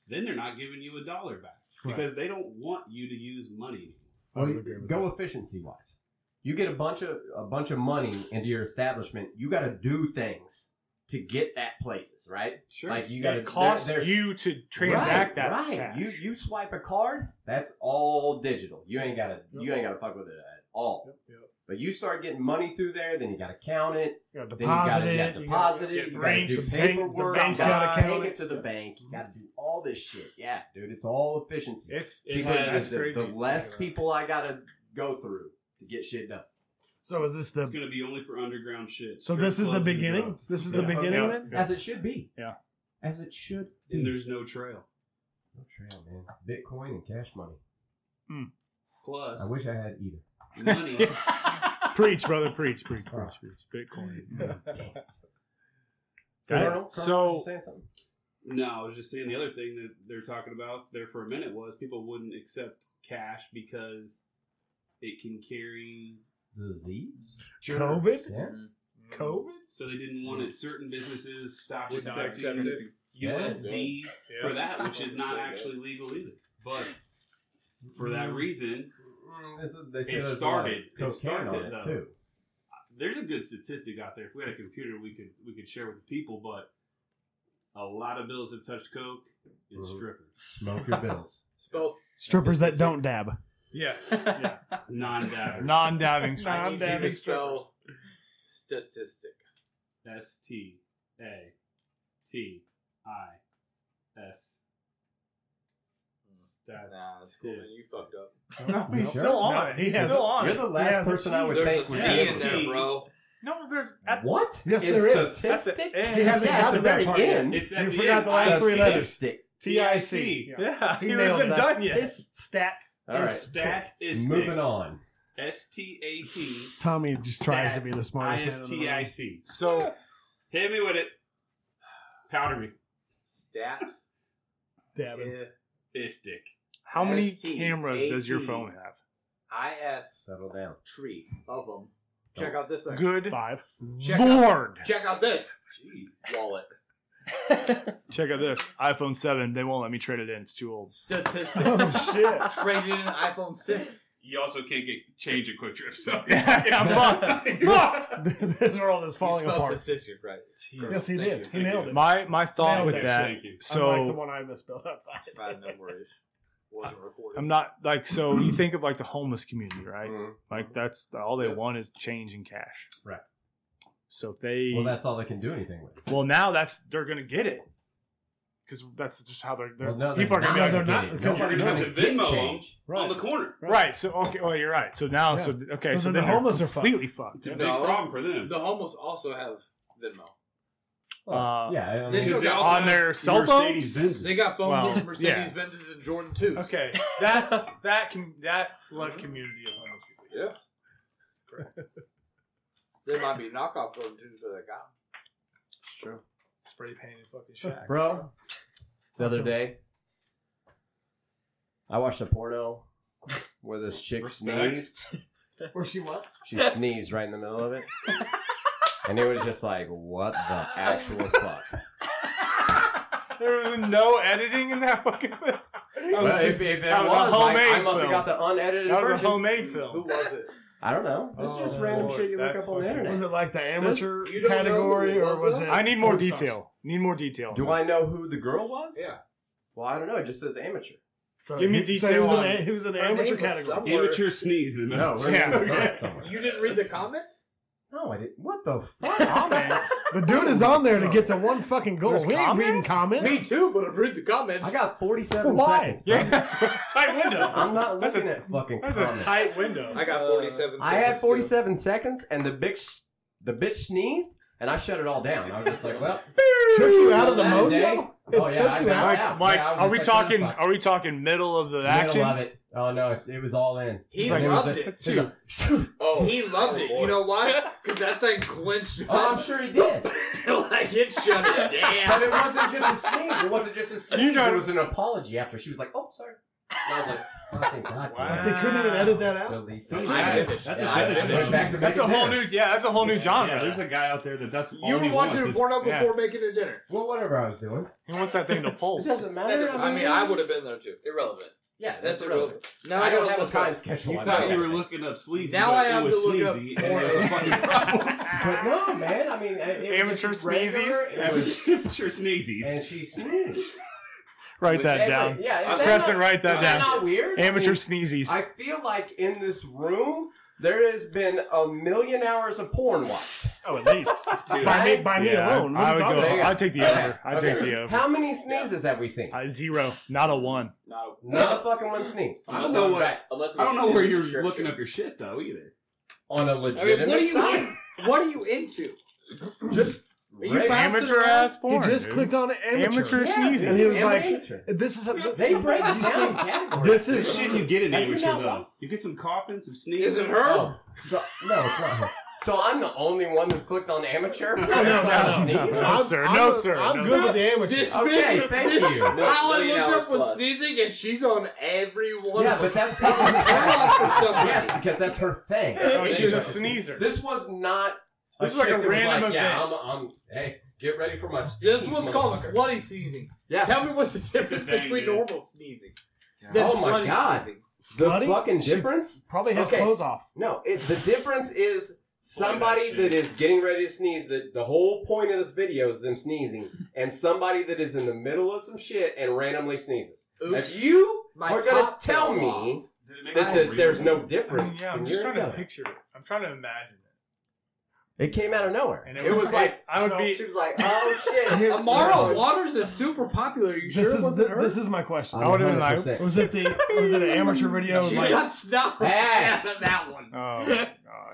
Then they're not giving you a dollar back because they don't want you to use money.
Well,
would agree with
go efficiency wise. You get a bunch of a bunch of money into your establishment. You got to do things to get at places, right?
Sure.
Like you got to
It costs you to transact that
Right.
cash.
You you swipe a card. That's all digital. You ain't got to you ain't got to fuck with it at all.
Yep, yep.
But you start getting money through there, then you got to count it.
You gotta
Then you got
deposit
to
it.
deposit it.
you get
You got to
banks,
do
the bank-
paperwork.
the bank's
you got
gotta
to
count
take
it.
it to the bank. You got to do all this shit. Yeah, dude, it's all efficiency.
It's it
People,
has,
the,
crazy.
the less people I got to go through to get shit done.
So is this
It's
the?
going to be only for underground shit.
So
strip
this is the
clubs and
beginning.
drugs.
This is the
Yeah.
beginning
Yeah.
then.
Yeah.
As it should be.
Yeah.
As it should be.
And there's no trail.
No trail, man. Bitcoin and cash money.
Plus,
I wish I had either.
money.
[laughs]
preach, brother, preach, preach,
Oh.
preach, preach. Bitcoin.
Colonel,
Got it.
Colonel,
So-
you saying something?
No, I was just saying the other thing that they're talking about there for a minute was people wouldn't accept cash because it can carry.
Disease?
COVID.
Yeah.
COVID.
So they didn't want it. Certain businesses stopped
Would not accept
accepting
it.
USD for that, which is not actually legal either. But for that reason,
Mm, this is- they say
It
there's a lot of
started. It
cocaine
starts
on
it, though.
too.
there's a good statistic out there. If we had a computer, we could we could share with the people. But a lot of bills have touched coke and
Mhm.
strippers,
Smoke your bills.
Both.
Strippers that don't dab.
Yes. Yeah.
[laughs]
non dabbers,
Non-doubting.
[laughs] I need you to
Non-dabbing
spell statistic.
S T A T I S. Stat.
Nah, that's cool. Man. You fucked up.
No, he's
Sure.
still on
No,
it.
he
He's
has-
still on
You're
it.
the last
Yeah,
person I would
There's
think.
a
would
C
say
in there, bro.
No, there's at,
What?
Yes,
It's
there is.
Statistic?
That's the-
He hasn't
yeah,
got
at
to
the
that
very
part yet.
end.
It's
You
at the
forgot
end.
the last three letters.
Statistic.
TIC.
yeah,
He
he,
nailed
wasn't
that.
done yet.
Stat.
All right.
Statistic.
Moving on.
S T A T
Tommy just tries to be the
I
smartest
S
man. in
T
the
I
room.
C.
So
Hit me with it. Powder me.
Stat.
Dabbing.
Istic.
how many
ST,
cameras does your
AT.
phone have?
IS
Settle down.
tree of them. Check
Oh.
out this thing.
Good
Five.
Check out,
lord.
check out this
Jeez.
wallet.
Check out this iPhone 7. They won't let me trade it in. It's too old.
Statistic.
[laughs] Oh shit.
Traded in an iPhone 6.
You also can't get change at Quick Trip, so
[laughs] Yeah, [laughs] I'm fucked. Fucked.
this world is falling
you
apart.
Statistic, right?
Yes, he
Thank
did.
you.
He nailed it.
My my thought
Nailed
with
it.
that.
Thank you.
Unlike the
So
one I misspelled outside.
Fine, no worries. Wasn't recorded.
I'm not like so. You think of like the homeless community, right?
Mhm.
Like that's all they
Yeah.
want is change in cash.
Right.
So if they
Well, that's all they can do anything with.
Well, now that's they're gonna get it because that's just how they're. they're
Well, no,
people are gonna be like,
not. they're
gonna get it.
because
Nobody's
they're
gonna
gonna
get
Venmo
change.
On the corner.
right. So okay, well you're right. So now, so okay,
So
so,
then
then
the
they're
homeless are fucked.
completely fucked.
It's a big
No.
problem for them.
The homeless also have Venmo.
Uh,
yeah, I mean,
This
Because
is-
they also
on
have
their cell phones.
Mercedes Benz.
They got phones
Well,
in Mercedes Benzes and Jordan 2s.
Okay, that that can that's
[laughs]
like community of homeless people.
Yes. Correct. there might be knockoff Jordan 2s, but they got 'em.
It's true. Spray painted fucking shacks.
bro. The other day, I watched a porno where this chick
Respect.
sneezed.
[laughs]
Where she what?
She sneezed right in the middle of it. And it was just like, what the actual
[laughs]
fuck?
There was no editing in that fucking thing. I
Well,
was
if,
just,
if it
that was a
was, like, I
homemade
must have
film.
got the unedited
that was a
version.
homemade
Who
film.
was it?
I don't know. It's just
Oh,
random
Lord,
shit you look
that's
up on the
fucking-
Was
internet.
it like the amateur
You don't know
category,
who
or
was
was it?
I need more
porn stars?
detail. Need more detail.
Do I know who the girl was?
Yeah.
Well, I don't know. It just says amateur.
So
Give me
he- So
detail
he was
on-
in the, he was in the
Her
amateur
name was
category.
somewhere-
Amateur sneeze in the middle.
[laughs] No, we're
Yeah.
gonna find somewhere.
[laughs] You didn't read the comments?
[laughs] No, I didn't. What the
[laughs]
fuck?
The dude is on there to get to one fucking goal.
There's
we ain't reading
comments?
comments.
Me too, but I've read the comments.
I got 47
Why?
seconds. bro.
Yeah. tight window.
I'm not
That's
looking
a-
at fucking
That's
comments.
a tight window.
I
Uh,
got 47
I had
seconds, too.
47 seconds, and the bitch, the bitch sneezed, and I shut it all down. I was just like, well,
Took you out of the
that day-
mojo. It
Oh, yeah,
took
I
you
messed
out.
Mike,
up.
Mike,
Yeah, I was
are
just
we
like,
talking?
fuck.
Are we talking middle of the
Middle of
action?
it. Oh no, it, it was all in.
He
It was
loved
a-
it,
was [laughs] a-
Oh, he loved it. You know
[laughs]
why? Because that thing clinched
oh, I'm
up.
sure he did.
[laughs] like it shut it
But
down.
it wasn't just a sneeze. It wasn't just a sneeze.
know-
It was an apology after. She was like, "Oh, sorry." And I was like, "Fucking god." damn
They
it."
couldn't even edit that out.
Delete
So
that.
you
I
had-
finished.
that's
I
a
went
finish
back to
That's a
making
whole
dinner.
new. Yeah, that's a whole new genre.
Yeah, there's a guy out there that that's all
You
he
were watching
wants is-
porno
yeah.
before making a dinner.
Well, whatever I was doing,
he wants that thing to
it
pulse.
doesn't
That
matter.
is- Oh, I mean, I would have been there too. Irrelevant.
Yeah,
That's
irrelevant.
irrelevant. Now
I
I
don't
gotta
have a
look
time
up.
schedule.
You
on
thought
that.
you were looking up sleazy,
Now
but
I have
it was
to look up
sneezy, and it was
[laughs]
a fucking
But no, man. I mean, it, it was
Amateur
just regular,
sneezes?
It was,
Amateur sneezies.
and she sneezed.
Write that
Hey,
down.
wait, Yeah, is
I'm
that
pressing
not-
write
is
that
that
down.
not weird? I
Amateur
mean,
sneezes.
I feel like in this room there has been a million hours of porn watched.
Oh, at least.
Dude,
By me,
Right?
by me alone. What
I,
are you
would
talking
go.
about?
about?
I'd take the
Okay,
over. I'd
okay.
take the over.
How many sneezes have we seen?
Uh, zero, not a one.
Not
Not a fucking one sneeze.
I don't know what.
Back
unless
I don't know where you're looking up your shit though either.
on a legitimate
what are you
site.
in- What are you into?
Just
Are you
regular-
bouncing
Amateur
around?
ass porn.
He just
dude.
clicked on amateur.
Amateur
Yeah,
sneezes.
And he was
Amateur.
like, This is a,
they break down
You see-
categories.
This
This is
is
shit you get in
Have you
amateur
not
though.
watched-
You get some coughing, some sneezing.
Is it her?
Oh, so, no, it's not. her. So I'm the only one that's clicked on amateur. No,
no, no,
no, no.
I'm-
sir.
I'm
No,
a-
sir.
I'm
No,
good
sir.
with the amateur. Oh,
This
Okay,
bitch-
thank you.
All I
Million
looked
hours
up was
plus.
sneezing, and she's on everyone.
Yeah, but that's probably
for
[laughs]
somebody.
yes, because that's her thing.
Oh, she's a
This
sneezer.
This was not.
This was like
chick
a
that was
random
like, Yeah, I'm,
event.
I'm. Hey, get ready for my.
This
sneeze,
one's called
motherfucker.
slutty sneezing.
Yeah.
Tell me what's the difference
thing,
between
dude.
normal sneezing. and
Oh my
slutty
god.
sneezing.
The
Slutty?
fucking
She-
difference?
Probably has
Okay.
clothes off.
No, it, the difference is somebody
shit.
that is getting ready to sneeze. That the whole point of this video is them sneezing, and somebody that is in the middle of some shit and randomly sneezes.
Oops.
If you
My
are gonna
top
tell
fell
me
off.
Did it make
that
you
this, there's
breathe?
no
I mean,
difference,
yeah, I'm
then
just
you're
trying to
dumb.
picture it. I'm trying to imagine it.
It came out of nowhere.
And
it,
it
was,
was-
like
I would
so [laughs]
be-
She was like, "Oh shit!"
Here-
Amaro Waters is super popular. You
This
sure it
is
wasn't
the,
her?
this is my question.
I would've been like-
100%.
Was it the was it
[laughs]
an amateur video?
she
Like,
got snubbed
Hey.
out of that one.
Oh, my God.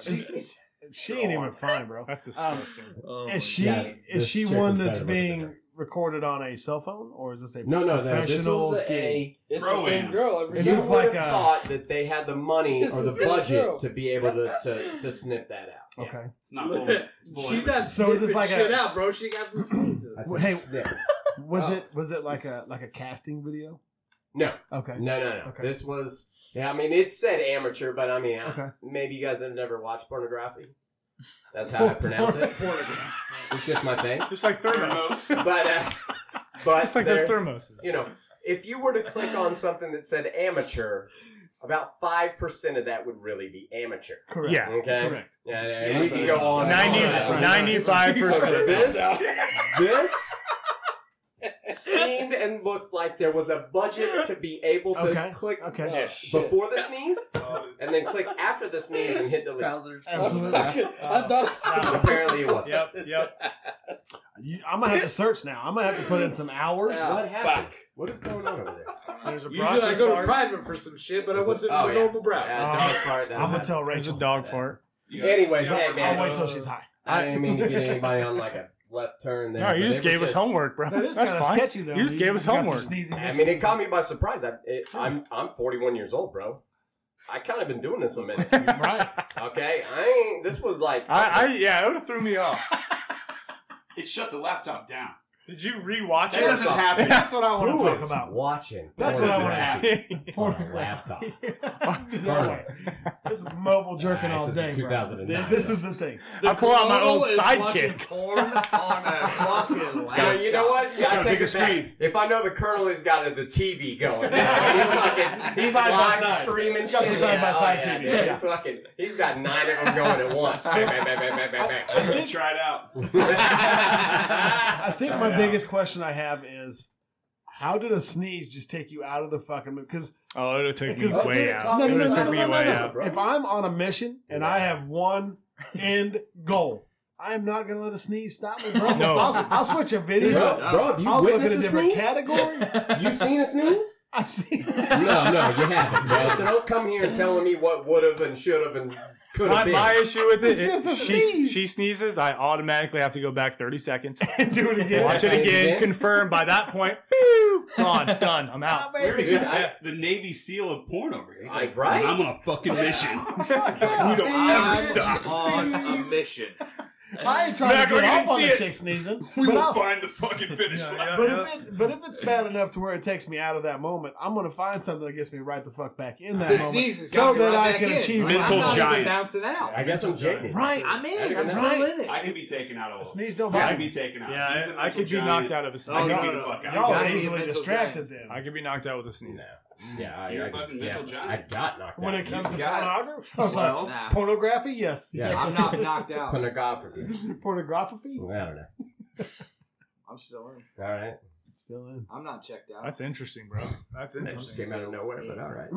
is, she ain't even fine, bro.
That's
Um,
disgusting.
Oh
Is she
Yeah, this
is she
chick
one
was
that's
better looking than
being
her.
recorded on a cell phone or is this a
No, no, no. This
professional
was a.
gig?
It's
Throw
the same
in.
girl every
Is
you
time.
this
would
[laughs]
like
have
a-
thought that they had the money
This
or
is
the
really
budget
true.
to be able to to, to snip that out.
Okay.
It's not full. full
She got
So is this like a-
shit out, bro. She got the sneezes.
I said
Hey.
snip.
Was
Oh.
it was it like a like a casting video?
no,
Okay.
no, no, no.
Okay.
This was. Yeah, I mean, it said amateur, but I mean, I-
Okay.
maybe you guys have never watched pornography. That's how I pronounce it. It's just my thing.
Just like thermos.
But, uh, but
Just like those
there's-
thermoses.
you know, if you were to click [laughs] on something that said amateur, about five percent of that would really be amateur.
Correct.
Yeah.
Okay,
Correct.
Yeah, yeah, and we can go on. and on
Ninety-
and on.
95%.
This, this seemed and looked like there was a budget to be able to
Okay,
click
okay.
Oh, shit.
before the sneeze, and then click after the sneeze and hit delete.
I'm
Absolutely.
fucking. I'm
Uh,
done.
Apparently, it wasn't.
Yep, yep.
You- I'm gonna have to search now. I'm gonna have to put in some hours.
What happened? What is going on over there?
There's a
Usually I
broccoli
go to
farm.
private for some shit, but I went to
Oh,
the
yeah.
normal browser.
Yeah, dog fart, that
I'm
was
gonna
it.
tell
There's Uh, a
Rachel.
dog fart.
Anyways, hey
I'll
man,
wait till she's high.
I didn't mean to get anybody on like a left turn there.
No,
but
you just
it was
gave us homework, bro.
That is
That's
kind of
fine.
sketchy though.
You just gave us
got some
homework.
sneezing
I mean, it
bitches.
caught me by surprise. I, it, I'm I'm 41 years old, bro. I kind of been doing this a minute.
[laughs] Right.
Okay, I ain't. This was like
I, I yeah, it would have threw me off.
It shut the laptop down.
Did you rewatch
That
it?
doesn't happen.
That's what I want
Who
to talk
is
about.
watching?
That's
porn
what I wanna
graphic [laughs] on a laptop.
No, this is mobile jerking
Nah,
all
this is
day, bro.
2009.
This, this is the thing.
I pull out my old
Global is watching
sidekick.
Porn on a fucking
Yeah,
laptop.
you know what? You
got
gotta
a
take
bigger
it back.
screen.
If I know the colonel, he's got it, the TV
[laughs]
going. Now. He's fucking, he's
Side by
live
side.
streaming
He's got the
shit.
side
Yeah,
by
oh
side
yeah,
TV,
dude,
yeah.
He's fucking, he's got nine of them going at
[laughs]
once. Bang, bang, bang, bang, bang, bang, bang.
Try it out.
I
I
think my biggest question I have is how did a sneeze just take you out of the fucking movie? Because
Oh, it took me
Because-
way out.
No,
It
no,
would
no,
have took
no,
me
no, no,
way
no.
out.
if I'm on a mission and I have one end goal, I am not going to let a sneeze stop me, bro.
No.
I'll, I'll switch a video.
Bro, bro, do you
I'll look at
witness
a
a
different
sneeze?
category.
[laughs] You seen a sneeze?
I've seen. [laughs]
No, no, you haven't, bro. So don't come here and telling me what would have and should have and could have
My,
been.
my issue with it,
It's
it-
just a
she,
sneeze.
she sneezes, I automatically have to go back 30
[laughs]
seconds,
and do it again.
watch it
Say it
again,
again.
confirm. By that
[laughs]
point, phew, gone, done, I'm out.
We're
Yeah, I-
the Navy SEAL of porn over here. He's
Like, right?
I'm on a
[laughs]
fucking mission.
Fuck yeah.
We don't
I'm
ever stop. Oh,
on a mission.
I ain't trying
Mac,
to
we
get
didn't
off on
see
the
it.
chick sneezing.
We
but
will
I'll-
find
[laughs]
the fucking finish line.
But if it but if it's bad enough to where it takes me out of that moment, I'm gonna find something that gets me right the fuck back in that
The
moment.
sneeze is
So
coming right
that I
back
can
in.
achieve
Mental
I'm not even
giant.
bouncing out.
I guess I'm jaded.
Right.
I'm in. I'm
Right.
still in it.
I could be taken out of
A
all.
sneeze don't
I could
bother
be
me.
taken out. He's
Yeah,
a
I, I
mental
could be
giant.
knocked out of a sneeze.
I
Oh,
could
no,
be
no,
the fuck
Y'all
out.
gotta
are
be a
easily
mental
distracted then.
I could be knocked out with a sneeze.
Yeah, I,
You're a
I,
fucking
yeah,
mental giant.
I got knocked
when
out.
it comes to
He's got-
pornography, I'm sorry,
Well, nah.
[laughs]
pornography, yes.
Yeah.
Yes.
I'm not knocked out. I'm
pornography.
[laughs] Pornography?
I don't know.
still in.
All right.
It's still in.
I'm not checked out.
That's interesting, bro. That's
That just
interesting.
came out of nowhere, but all right.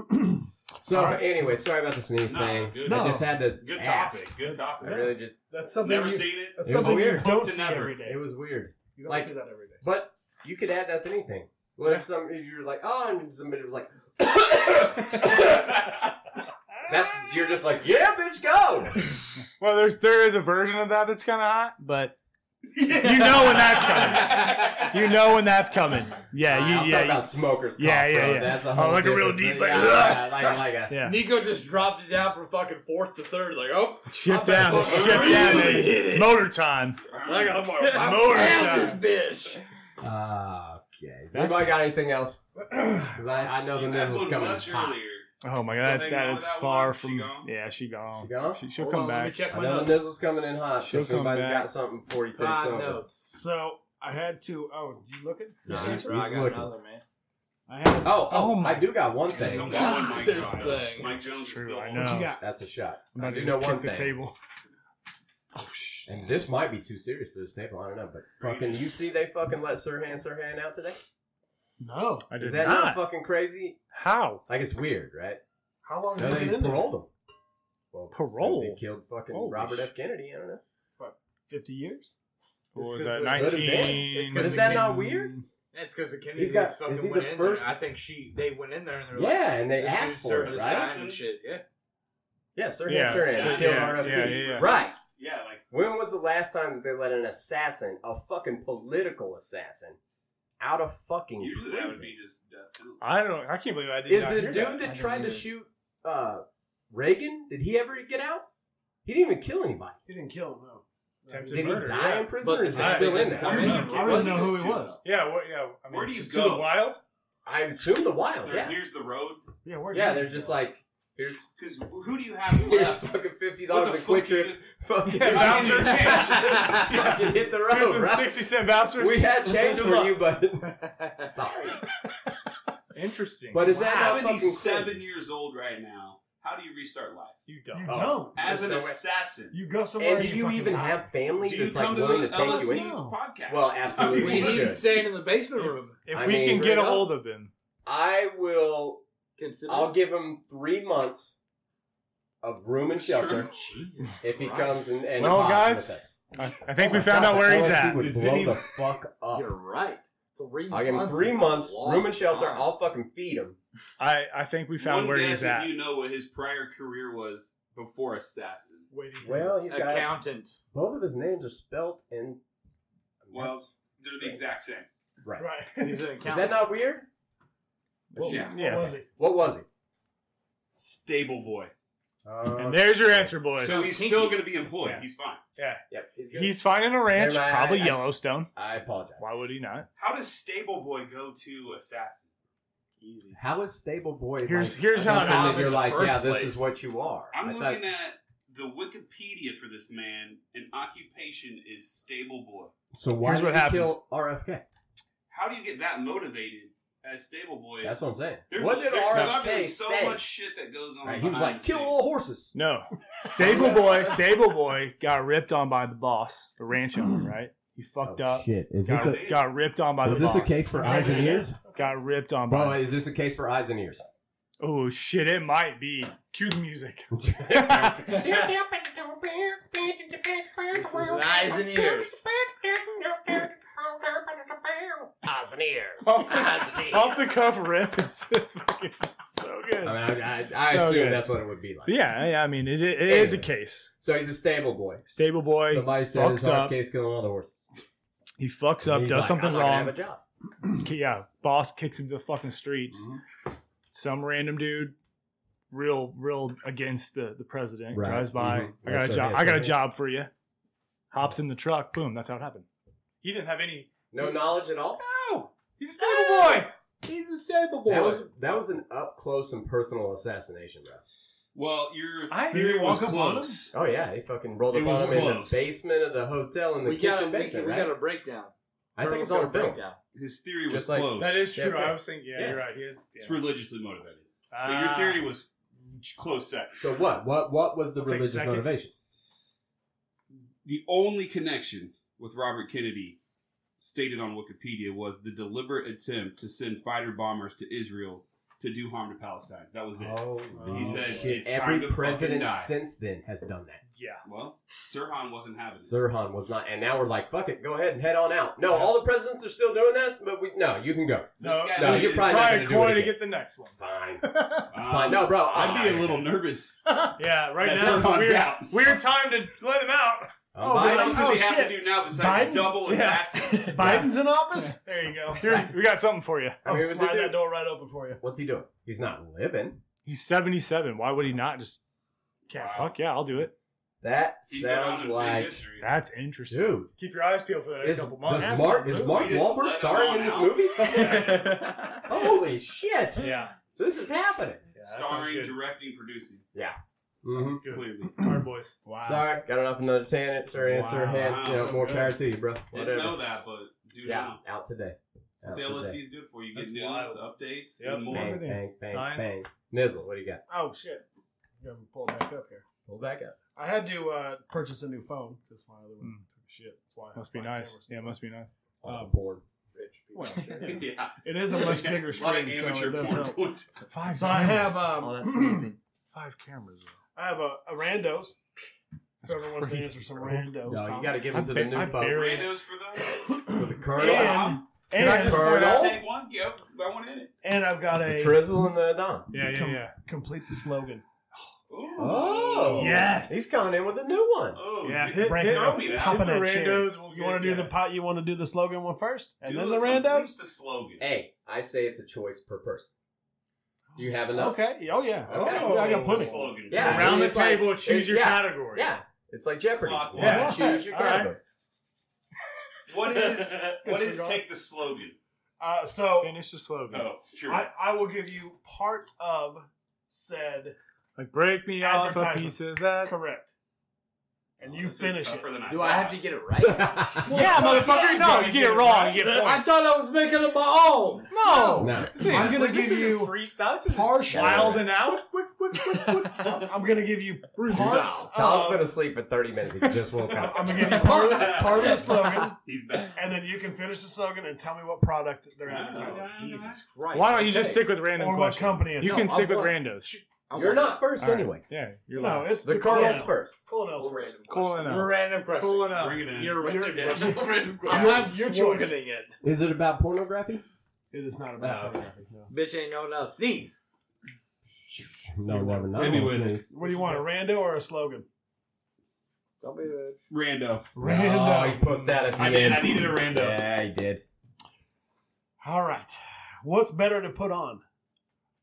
So anyway, sorry about the sneeze
No,
thing.
good.
I just had to
Good
ask.
topic. Good
I
topic.
really just.
That's something
Never
you,
seen it.
that's
It was
something you
weird.
don't
To
see
never.
every day.
It was weird,
You don't
like-
see that every day.
but you could add that to anything. Well, if some if you're like, oh, and somebody was
[laughs]
like, [laughs] that's you're just like, yeah, bitch, go.
Well, there's there is a version of that that's kind of hot, but [laughs] you know when that's coming. You know when that's coming. Yeah, you
I'm talking
yeah you,
about smokers. cough,
Yeah, yeah,
bro.
yeah.
That's
Oh,
a whole
like a real
different-
deep-
Yeah,
[laughs]
yeah, like, like a,
yeah.
Nico just dropped it down from fucking fourth to third. Like, oh,
Shift
I'm
down,
back.
shift down,
[laughs]
baby. Motor time.
I got
I'm
found this bitch.
Ah, okay. Has anybody got anything else? [clears throat] Because I, I know the
You had
missile's
one
coming.
much
hot.
earlier.
Oh my
Still
god,
hanging
that
on
is
that
far
one? She
from.
gone?
yeah, she gone.
She gone?
She, she'll
Hold
come
on, Ah, Let me
back.
check
I
my
know the
notes.
missile's coming in hot.
She'll
so if anybody's
come back.
got something before he takes
My
over.
notes.
So I had to oh, you looking? You
Nah,
Nah,
searching?
he's-
bro, I
he's
got
looking.
another man.
I had
Oh,
Oh
oh,
my
I do got one thing.
Come on, Mike
This
Jones.
thing.
Mike Jones is
True,
still
I
on.
know.
what you got.
That's a shot.
I'm
I
about
do
to
know
just
one
kick the
thing.
[laughs]
table.
Oh,
And this might be too serious for this table. I don't know, but fucking, you see, they fucking let Sirhan Sirhan out today.
No.
I did
Is that
not.
not fucking crazy?
How?
Like it's weird, right?
How long
No,
has
they
it been in there?
paroled him. Well,
Parole?
Since he killed fucking
Holy
Robert
sh-
F. Kennedy. I don't know.
Fifty years?
What was
It's
that?
'cause
of-
19.
But is that not
Mm.
weird?
That's because the Kennedys
He's got-
fucking
is he
went
the
in
first-
there. I think she they went in there and they're like,
Yeah, and they
"This
asked
dude's
for it,
service
right?
time and shit. Yeah.
Yeah, Sirhan
Yeah,
Sirhan
Sirhan
killed
Sirhan,
RFK.
yeah, yeah, yeah.
Right.
Yeah, like
When was the last time that they let an assassin, a fucking political assassin, out of fucking
usually that would
prison?
be just death penalty.
I don't know. I can't believe I did
Is
not
the
hear
dude
that.
that, tried to shoot uh, Reagan? Did he ever get out? He didn't even kill anybody.
He didn't kill him, no.
Attempted
Did
murder,
he die
yeah.
in prison,
But
or is he
I-
still in
I
there?
mean,
I don't even know who he was.
Yeah, what, yeah. I mean,
Where do you
to
go?
the wild?
I assume the wild.
They're-
Yeah,
Here's the road.
Yeah, where
yeah.
did he
They're
go?
just like here's
Because who do you have
Here's
left?
fucking fifty
What
dollars
the
a quick
fuck do you
trip.
do?
[laughs] Fucking
Yeah,
Back in your
vouchers.
[laughs]
change.
fucking hit the
Here's
road,
some
right?
60 cent vouchers.
We had change for you, but [laughs] sorry.
Interesting.
But is that not fucking
Seventy-seven
crazy?
years old right now. How do you restart life
you
You
don't.
Oh.
don't.
There's
as an
no way.
assassin?
You go somewhere.
And do you
fucking
even
die.
have family
do you
that's like
come to
willing
the
to take you
LSC
in?
in?
podcast?
Well,
I
absolutely
mean,
we
you
need
should.
to stay in the basement room.
If
I
we
mean-
can get a
Straight up.
hold of him.
I will.
Consider
I'll give him three months of room and
That's true.
shelter if he comes and, and
Well,
pops
guys,
with us.
I, I think
Oh
we
my
found
God,
out where
the
he's
LSU
at.
Would
Does
blow
any-
the fuck up.
You're right. Three.
I'll give him
months
three
is a
months,
long
room and shelter.
time.
I'll fucking feed him.
I, I think we found
One
where
guess
he's
if
at.
You know what his prior career was before assassin.
Waiting to
Well, he's got
accountant.
both of his names are spelt in.
Well,
That's-
they're the exact same.
right.
right.
He's an
[laughs] Is
accountant.
that not weird?
Well,
yeah.
What
Yes.
was it?
What was it?
Stable boy.
Uh,
And there's your answer, boys.
So he's
Pinky.
still going to be employed.
Yeah.
He's fine.
yep,
He's good.
He's finding a ranch,
Never mind,
probably
I- I-
Yellowstone.
I apologize.
Why would he not?
How does Stable Boy go to Assassin? Easy.
How is stable boy?
Here's
like,
here's how
something
I
Job
know.
that
in
you're
the
like,
first
yeah, this
place.
is what you are.
I'm
I
looking
thought-
at the Wikipedia for this man, and occupation is stable boy.
so why
Here's
did
what
you
happens.
kill RFK?
How do you get that motivated as stable boy?
That's what I'm saying.
there's
what did
there's
RFK
obviously so
say?
much shit that goes on.
Right, he was
behind
like,
the
kill
scenes.
all horses.
No. Stable boy, stable boy got ripped on by the boss, the
[clears throat]
ranch owner, right? He fucked up.
Oh, Shit, is
Got, got ripped on by the boss.
for
eyes and [laughs] ears? Got ripped on
Bro,
by.
is this a case for eyes and [laughs]
[laughs]
ears?
Oh shit! It might be. Cue the music.
is eyes and ears.
Eyes and ears.
off, the,
Eyes and ears.
off the cuff rip. It's, it's fucking so
I
good.
mean, I, I, I
So
assume
good.
that's what it would be like.
Yeah, yeah, I mean, it, it it is a
Anyway.
case.
So he's a stable boy.
Stable boy,
Somebody said it's
fucks up.
RFK's killing all the horses.
he fucks up,
And he's
does
like,
something
I'm not gonna
wrong.
Have a job.
yeah, boss kicks him to the fucking streets. Some random dude, real, real against the the president,
Right,
drives by.
mhm.
I got
Yes,
a
sir,
job.
yes,
I got
sir.
a job for you. Hops in the truck. Boom. That's how it happened. He didn't have any.
No knowledge at all.
No, he's a stable boy.
He's a stable boy.
That was that was an up close and personal assassination, bro.
Well, your
I-
theory
Did he
was
walk up on
close.
Oh yeah, he fucking rolled
It
up
was
on him in the
close.
basement of the hotel in the
we got, a,
kitchen
we,
basement.
we
right?
got a breakdown.
I think it's
Colonel's
on
got a
film.
breakdown.
His theory
Just
was
like-
close.
That is
Yeah,
true.
okay.
I was thinking. Yeah,
Yeah.
you're right. He is. Yeah.
It's religiously motivated. But
Ah.
your theory was close second.
So what? What? What was the
I'll take
religious
second.
motivation?
The only connection with Robert Kennedy stated on Wikipedia was the deliberate attempt to send fighter bombers to Israel to do harm to Palestinians. That was it.
Oh,
He said,
shit!
"It's time
Every
to fucking
president
die."
since then has done that.
Yeah.
Well, Sirhan wasn't having it.
Sirhan was not, and now we're like, fuck it, go ahead and head on out. No, all the presidents are still doing this, but we no, you can go.
This
No,
guy
no,
is
you're probably not
Try
gonna
a
do
coin
it
to
again.
get the next one.
It's fine. It's
Um,
fine. No, bro,
I'd be
I-
a little nervous.
Yeah, right
That
now. it's a
Sirhan's
Weird,
out.
weird time to let him out.
I'm
Oh,
fine.
but
What else does
Oh,
he have
shit.
to do now besides
Biden?
double
Yeah.
assassin?
Biden's in office.
There you go. Here's, we got something for you.
I mean,
I'll
what
slide
they do-
that door right open for you.
What's he doing? He's not living.
He's 77. Why would he not just? Yeah,
Wow.
fuck yeah, I'll do it.
That
He's been on a
sounds
big
like,
history.
That's interesting.
dude.
Keep your eyes peeled for the next
Is,
couple months.
does Mark, is Mark
We just
Wahlberg
let him
starring in
on
this
out.
movie?
[laughs]
[laughs] Holy shit!
Yeah.
[laughs]
yeah.
This is happening.
that sounds
starring,
good.
directing, producing.
Sounds good.
Clearly.
All right, boys.
Wow.
Mm-hmm. Sorry, got enough another tangent. Sorry, answer
Wow.
head. You know,
So
more
good.
power to you, bro.
Didn't know
Whatever.
that, but do
Yeah, out today.
now.
Out
The
today.
LSC is good for you. You
That's
Get news,
wild.
updates,
Yep.
and more. [laughs]
Bang, [laughs]
Everything.
bang, bang,
Science.
bang. Nizzle, what do you got?
Oh shit. You haven't pulled back up here.
Pull back up.
I had to uh, purchase a new phone because my other one took a shit. That's why I
Hmm. Must be
have five
nice.
cameras.
Yeah, must be nice.
Uh,
Um,
born.
Well, yeah.
yeah.
it is
[laughs]
a much bigger
A lot
screen,
of
so it
amateur
does
porn. [laughs]
help.
going
Five. [laughs]
So I have
uh,
um,
Oh, that's amazing.
five cameras. though.
[clears throat] I have a, a randos. Whoever wants to
crazy.
answer some
[laughs]
randos.
No, you
Tom.
got to give him
I
to
ba-
the new
I
folks.
barely-
Read those for the.
For the Colonel,
and,
And
Can I just point
Colonel?
out-
Take one. Yep, that one in it.
and I've got
the
a
Trizzle, and the Don.
yeah, yeah,
com-
yeah.
complete the slogan.
Ooh.
Oh,
Yes.
He's coming in with a new one.
Oh,
Yeah,
dude,
hit-
throw
Break
hit-
it.
me that.
Popping
Hit
that
the
cherry.
randos, we'll
You
get
want
it,
to do the
yeah.
pot? You want to do the slogan one first, and
Do
then the
complete
randos.
The slogan.
Hey, I say it's a choice per person. Do you have enough?
Okay. Oh yeah.
Okay.
Oh, I got
Complete the
plenty.
slogan.
Yeah. I
Around
mean,
the
it's like-
table, choose
it's-
your
yeah.
category.
Yeah, it's like Jeopardy.
Clockwise.
Yeah.
Choose your
All right.
category.
What
[laughs]
is what is
Disregard.
take the slogan?
Uh, so
Finish the slogan.
Oh, sure.
I, I will give you part of said
Like break me off a
Advertisement.
piece of that.
correct, and you
Oh, This is
finish it.
tougher than I
Do I have
thought.
to get it
[laughs]
right?
Yeah, motherfucker. No, you get it wrong. You get
I
points.
thought I was making up my own.
No.
no.
I'm gonna give you
freestyle. This
partial.
wild and out.
[laughs]
I'm gonna give you parts.
Tyler's
of-
been asleep for 30 minutes. He just woke
I'm
up.
Uh, I'm gonna give you part,
[laughs]
part
[laughs]
of the slogan,
He's back.
and then you can finish the slogan and tell me what product they're advertising
Wow.
Oh, Jesus Christ.
Why don't you just
Okay.
stick with random
or what
questions?
company it's.
You
on.
can
No,
stick
I'm
with
one.
randos.
You're not first,
All right.
anyways.
Yeah, you're
no,
last.
it's
The
Colonel.
Cardinals first.
Colonel else.
Cool enough.
Random question.
Cool enough.
Bring it in.
You're
You're-
random. [laughs] random question.
Your-
I'm
your
sloganing
choice.
it.
Is it about pornography?
It is not about
Oh, okay.
pornography, no.
Bitch ain't no no sneeze.
No, never. Not
Maybe with it.
What do you want, a rando or a slogan?
Don't be the
Rando.
Random. Oh, he puts that at the
I did.
end.
I needed a rando.
Yeah, he did.
All right. What's better to put on?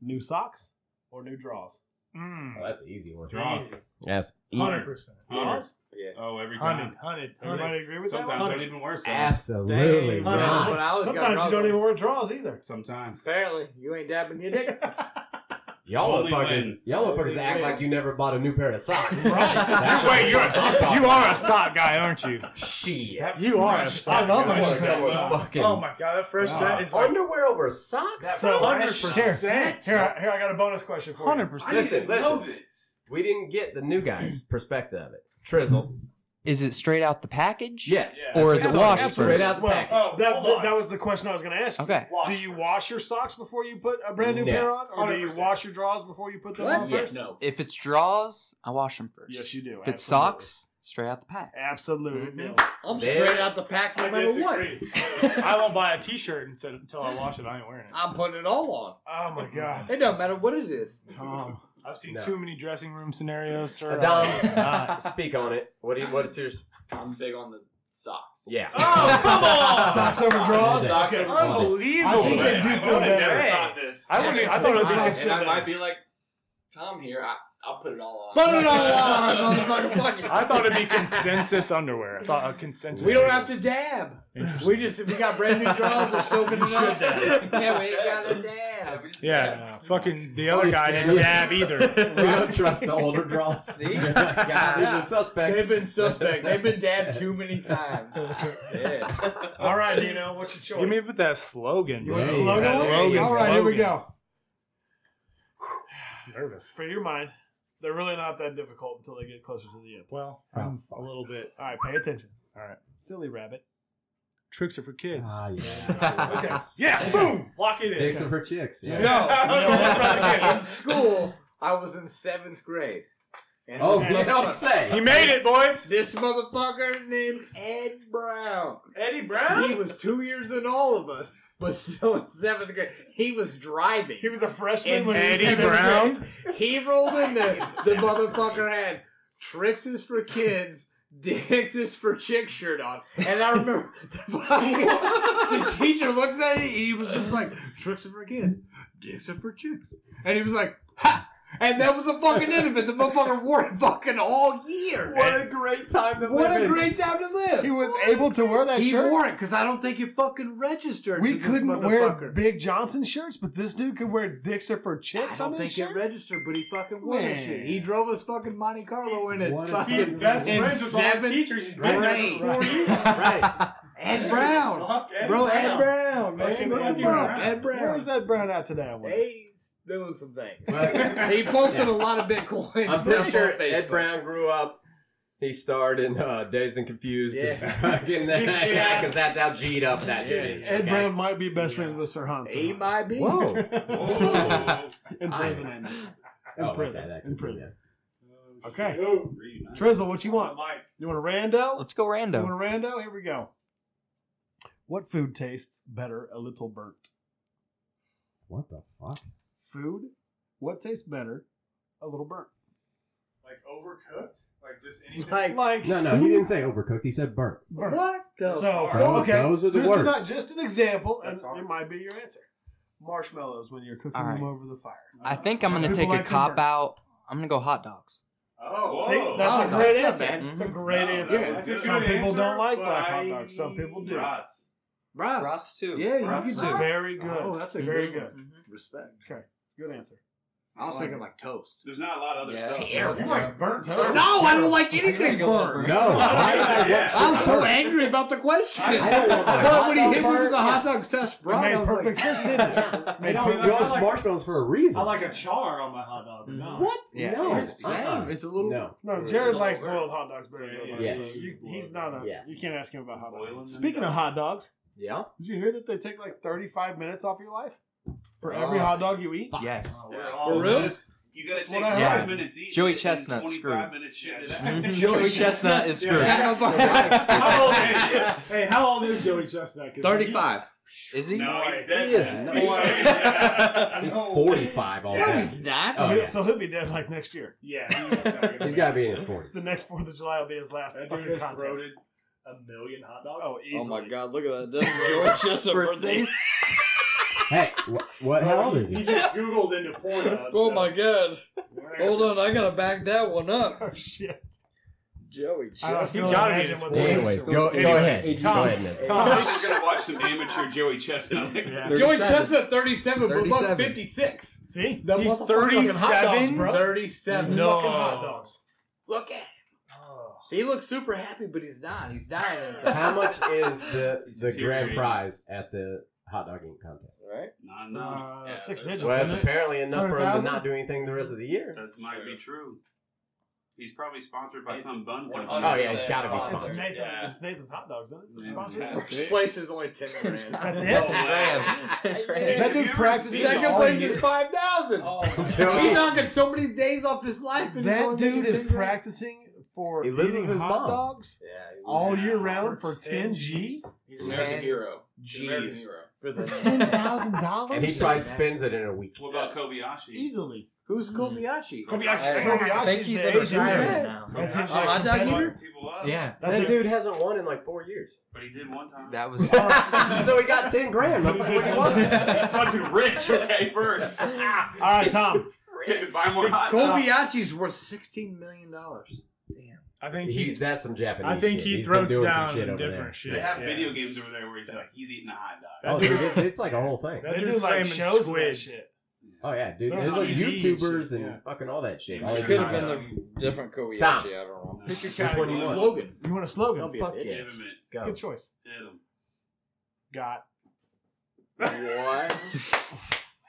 New socks or new draws?
Mm.
Oh, that's an easy one.
Draws.
That's easy.
Hundred percent.
Hundred.
Draws?
yeah.
Oh, every
Hunted,
time.
hunted, hunted.
Everybody agree with that?
Sometimes they're
Hundred.
even worse. than that.
Absolutely
Dang,
Nah.
that's
not.
what I was
Sometimes you don't even wear draws either.
Sometimes.
Apparently, you ain't dabbing your dick.
Y'all
Only
motherfuckers,
when-
y'all motherfuckers act like you never bought a new pair of socks. [laughs]
Right.
That's what
Wait, you're
I'm talking
you are a sock guy, aren't you?
about. Shit.
You are. A sock
I love
guy.
it.
Fresh set
Socks.
of fucking-
Oh my god, that fresh set is like
Underwear over socks?
So
hundred
Here,
percent.
here, here, I got a bonus question for you.
Hundred
I
percent.
Listen,
didn't know
listen.
this.
We didn't get the new guy's perspective of it. Trizzle.
Is it straight out the package?
Yes.
Yeah.
Or is
That's
it
what I'm
washed
saying.
first?
Straight out the
Well,
package.
Oh,
That,
hold
that,
on.
that was the question I was going to ask. you.
Okay.
Wash
Do you
first.
wash your socks before you put a brand new
No.
pair on, or do you
100%.
wash your drawers before you put them on
Yes.
oh, first?
No.
If it's draws, I wash them first.
Yes, you do.
if it's
Absolutely.
socks, straight out the pack.
absolutely.
Mhm.
[laughs] I'm
There.
straight out the pack no
I
matter what.
disagree.
[laughs]
I won't buy a T-shirt until, until I wash it. I ain't wearing it.
I'm putting it all on.
Oh my god,
It don't matter what it is.
Tom, I've seen
No.
too many dressing room scenarios, sir.
[laughs]
Dom.
I cannot.
Speak on it. What do you, what's yours?
I'm big on the socks.
Yeah.
Oh, come on!
socks over draws.
[laughs] Socks
Okay.
over draws.
I
Unbelievable.
Oh,
think they do
I
feel
would've never
better.
thought this.
I wouldn't. e- I thought it was
Yeah.
like
and I
better.
might be like Tom here. I, I'll put it all on.
Put it all on, motherfucker. Fuck it.
I thought it'd be consensus underwear. I thought a consensus.
We don't have to dab.
Interesting.
We just if we got brand new drawers, we're soaking it up. Yeah, we ain't got to
Yeah,
dab.
we just-
Yeah, fucking the other guy didn't dab either.
we [laughs] don't trust the older draws.
[laughs]
[laughs]
See?
God, these
Yeah.
are suspects.
They've been suspect. They've been dabbed too many times. Yeah.
All right, Dino, what's your
Give
choice?
me with that slogan,
you
bro.
want the
Hey,
slogan?
That
one?
Logan
All right, here we
slogan.
go.
[sighs] Nervous.
For your mind, they're really not that difficult until they get closer to the end.
Well,
I'm a little bit. All right, pay attention. All right, silly rabbit.
tricks are for kids.
Ah, yeah.
Okay.
yeah, boom, lock it in.
Dicks are for chicks. Yeah.
So,
in school, I was in seventh grade. And
oh,
this
you don't say.
he made it, boys.
This motherfucker named Ed Brown.
Eddie Brown.
He was two years in all of us, but still in seventh grade. He was driving.
He was a freshman
And
when he was
Eddie
in seventh
Brown.
grade.
He rolled in
[laughs]
there. the motherfucker had tricks is for kids, dicks is for chick shirt on. And I remember the, the teacher looked at it and he was just like, tricks are for kids, dicks are for chicks. And he was like, ha! And that was the fucking end of it. The motherfucker wore it fucking all year.
What a great time to
What
live
a
in.
great time to live.
He was able to wear that
He
shirt.
wore it because I don't think it fucking registered.
We
to this
couldn't wear
motherfucker.
Big Johnson shirts, but this dude could wear Dicks are for
I
chicks on
don't
his
think it
shirt.
registered, but he fucking wore that
Man.
shit. He drove his fucking Monte Carlo in it.
What a-
fucking-
He's best
in
friends with all the
seventh
teachers. He's been there
grade.
for four years.
right.
Ed Brown. Bro, Ed Brown, man.
Fucking
Look him
fucking
up.
Brown.
Ed Brown.
Where's that brown at today? I wonder?
He's doing some things.
Well,
[laughs] he posted a lot of Bitcoin.
I'm pretty sure Ed
[laughs] Facebook.
Brown grew up. He starred in uh, Dazed and Confused. [laughs]
Yeah.
as fucking that,
Yeah.
because that's how G'd up that dude is.
Ed
okay? Oh,
Brown might be best friends with Sir Hans.
He
[laughs]
might be.
Whoa.
Whoa.
in
I-
prison. I mean. In
Oh,
prison.
okay, that could
in
be
prison.
it.
Okay.
Oh,
Trizzle, what you want?
Mike,
You want a rando?
Let's go
You want a
random.
rando? Here we go. What food tastes better a little burnt?
What the fuck?
Food? What tastes better a little burnt?
like overcooked, like just anything.
Like,
Like
No, no, he didn't say overcooked. He said burnt.
burnt.
what the
So
fuck?
Those-
okay,
those are the
just,
words.
An, just an example, and
That's hard.
it might be your answer. Marshmallows when you're cooking
All right.
them over the fire.
I think I'm gonna
People
take a
like them
cop
burnt.
out. I'm gonna go hot dogs.
Oh, whoa.
See, that's
Oh,
a
no,
great
that's
answer.
bad.
It's a
Mhm.
great
No,
answer.
that was a good
Some people
answer,
don't like
but
black hot
I-
dogs. Some people do.
Rots.
Rots.
Rots, too.
Yeah,
Rots,
you
too.
can do
Very good.
Oh, that's a
very
good
good.
one. Mm-hmm. Respect.
Good answer.
I was
I like
thinking
it.
like toast.
There's not a lot of other
Yeah.
stuff.
Terrible.
Burnt
No,
toast.
I don't like anything [laughs] burnt.
No, why did I
Yeah.
want shit
I'm so
burnt?
angry about the question. [laughs]
I don't want my
but
hot
when he
dog
hit me with
burnt,
the
yeah.
hot dog sauce,
It made
right? I was
perfect
like,
sense,
[laughs]
didn't it?
I
Made
don't
perfect
know.
sense.
Those marshmallows for a reason.
I like a char on my hot dog. No.
What?
Yeah.
No.
It's the Oh, same.
Uh-uh.
It's a little-
No.
No, Jared
all
likes
burnt.
boiled hot dogs better than
Yeah,
mine,
yes.
so you- he's not a.
Yes.
You can't ask him about hot
Boiling them
dogs. Speaking of
down.
hot dogs,
Yeah.
did you hear that they take like 35 minutes off your life for every
Oh.
hot dog you eat?
Yes.
We're
Yeah.
all
For real?
this. You gotta
That's
take
what I
five
heard.
minutes each.
Joey
and
Chestnut,
25 minutes
[laughs]
shit it out.
Mhm. Joey Chestnut is screwed.
[laughs]
Hey, how old is Joey Chestnut?
[laughs]
'Cause [laughs]
Thirty-five.
Is he?
No, he's
He is
dead.
not-
He's
he's-
[laughs]
dead.
He's 45
No,
already.
he's not.
So,
Oh,
he-
[laughs]
yeah.
so he'll be dead like next year.
Yeah. He's, not gonna
He's
make
got
it.
to be in his 40s.
[laughs]
The next Fourth of July will be his last
That dude
fucking
has
contest.
throated a million hot dogs.
Oh, easily.
god, look at [laughs] that. That's George Chestnut [laughs] birthday.
Hey, wh- what? How old is
He
he? Oh
just googled into
[laughs]
Pornhub.
Oh god.
so-
[laughs]
[laughs]
on, I gotta back that one up.
Oh shit!
Joey.
I don't-
just-
he's
No,
gotta be imagine in
what
the
they-
Anyways, go,
Anyways,
go ahead.
Tom.
Go ahead, miss.
Tom.
I'm just gonna watch some amateur Joey
[laughs]
Chestnut. Like,
[laughs]
Yeah.
Joey Chestnut, 37, but look,
37.
56.
[laughs] See,
The
He's
motherfucker fucking hot dogs,
37?
bro. 37.
No. Oh,
fucking hot dogs.
Look at him. He looks super happy, but he's not. He's dying inside.
How much is [laughs] the
He's
the grand
deteriorating.
prize at the hot dog eating contest?
[laughs] right?
Not enough.
Uh,
Yeah,
six
that's-
digits.
Well, that's
isn't it?
apparently enough for him to
100,000?
not do anything the rest of the year.
That might be true. He's probably sponsored by
It's
some bun company.
Oh, yeah, it's gotta be
It's,
sponsored.
Nathan,
Yeah.
it's Nathan's hot dogs, isn't it?
Yeah.
Sponsored?
This place is only [laughs] 10 grand.
That's
Oh,
it.
man. [laughs]
[laughs]
That dude practices
Second
all
place
year.
is 5,000. [laughs] He's knocking so many days off his life. And he's
That
only
dude
making
is
10 grand.
practicing for
He lives
eating
with his
hot
mom.
dogs
Yeah, he
all
was-
year round for 10 G
He's an American hero.
American
Jeez.
hero.
For
for
[laughs] the-
$10,000?
And he probably spends it in a week.
What about Kobayashi?
Easily.
Who's Kobayashi?
I think
Kobayashi's
he's
the
in
Asian
retirement
guy.
now.
That's his
Oh, hot dog
competitor.
eater?
people up.
Yeah,
That's
that
it.
dude hasn't won in like four years.
But he did one
[laughs]
time.
that was.
[laughs] so he got 10 grand. What do you want?
He's fucking rich, okay,
[laughs]
[laughs]
first.
All right, Tom.
Buy more hot dogs.
Kobayashi's worth $16 million.
I think
He,
he.
that's some Japanese
I think
shit.
he
He's
throws
been doing
down
some shit over
different
there.
shit.
They have
Yeah.
video games over there where he's like, he's eating a hot dog.
Oh,
That
dude, it's, it's like a whole thing.
That
They do
dude's
like
slamming
shows
squids.
squids. Shit.
Oh yeah, dude.
They're
There's like
on TV and
YouTubers
shit,
and
yeah.
fucking all that shit.
Yeah,
All
it
that
could've
shit.
been
the different Kobayashi.
Tom.
I don't know.
No.
Pick your
Give
one you want?
category.
Slogan.
You want a slogan?
Don't be a
Fuck
bitch.
yeah.
him it.
Good choice.
Hit him.
Got.
What?
I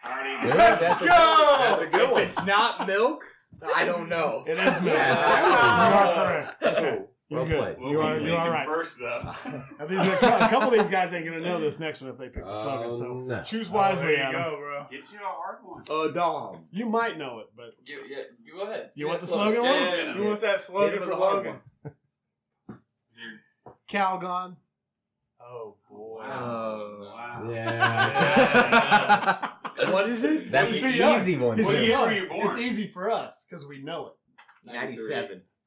[laughs] Dude,
already
that's, a good, that's a good [laughs]
if
one.
it's not milk, I don't [laughs] know.
It [laughs] is milk.
Yeah, it's
you are
actually-
correct. Okay. You're
Well
good.
played.
What
You
were
are,
you
you are
thinking
right.
first,
[laughs]
though?
Now, these are- a couple of these guys ain't going to know this next one if they pick the slogan. So
Um, no.
choose
Oh,
wisely,
there you
Adam.
go, bro.
Get you a hard one.
Oh, Dom.
You might know it, but
Yeah, go ahead.
you want the slogan one?
Yeah, yeah,
Who
yeah.
wants that slogan
Hit him
for
with a hard
Logan?
one.
Calgon. Oh
[laughs]
boy.
Wow.
Yeah. [laughs]
What is it?
That's
He's
an
too young.
easy one.
It's
What
too.
easy.
year were you
It's
born?
easy for us because we know it, But I-
93.
but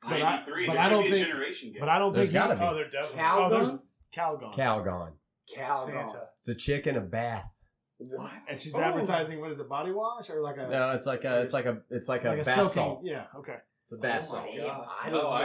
There
I
could
don't
be a
think-
generation gap.
but I don't
There's
think you.
gotta be.
Oh, they're definitely.
Cal-
Oh, there's
Calgon?
Calgon.
Calgon.
Calgon.
Santa.
It's a chick in a bath.
What?
and she's
Oh.
advertising what is it, body wash or like a
No, it's like a, it's like a, it's like a
like
bath
soaking-
salt.
Yeah, okay.
It's a
Oh my
bath salt.
God. Oh, I
No, I- I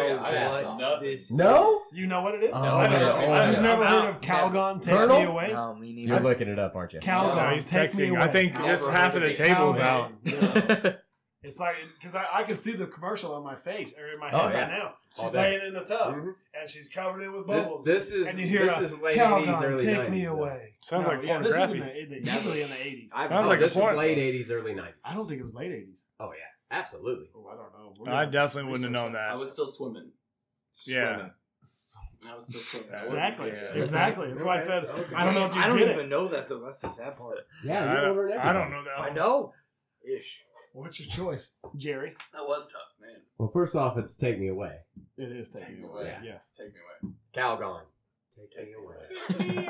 want
nothing.
No,
You know what it is?
Oh,
I don't
man. Oh,
know. I've
man.
never
I'm
heard
out.
of Calgon. Take
Colonel?
me away.
No, me neither.
you're looking it up, aren't you?
Calgon,
No, he's
he's take me
texting.
away.
I think
I'll
just
go
half
to
of the
the
table's
Calgon.
out.
Yes. [laughs] It's like because I, I can see the commercial on my face or in my head
Oh,
right
yeah.
now.
All
She's
day.
laying in the tub
Mhm.
and she's covered in with
This,
bubbles.
this is
and you hear
this
a,
is late
Calgon,
80s, early
take
90s.
me
though.
away.
Sounds like
yeah, this is in
pornography.
the, the- usually in the eighties.
I-
I,
Sounds
Oh,
like
this
a
is
porn.
late 80s, early 90s.
don't think it was late eighties.
Oh yeah, absolutely.
Oh, I don't know. We're
I
gonna
definitely wouldn't have
research
known that.
was still swimming.
Yeah.
I was still swimming.
I wasn't-
Exactly.
Yeah.
Exactly. That's why I said I don't know if you
I don't
did
even
it. Oh.
know that though. That's the sad part.
Yeah,
I,
you're over
don't,
and
I don't
everything.
know that.
I
one.
know. Ish.
What's your choice, Jerry?
That was tough, man.
Well, first off, it's take me away.
It is taking
[laughs]
Take
you
away.
away. Yes.
Take me away.
Oh, Calgon. Take me away.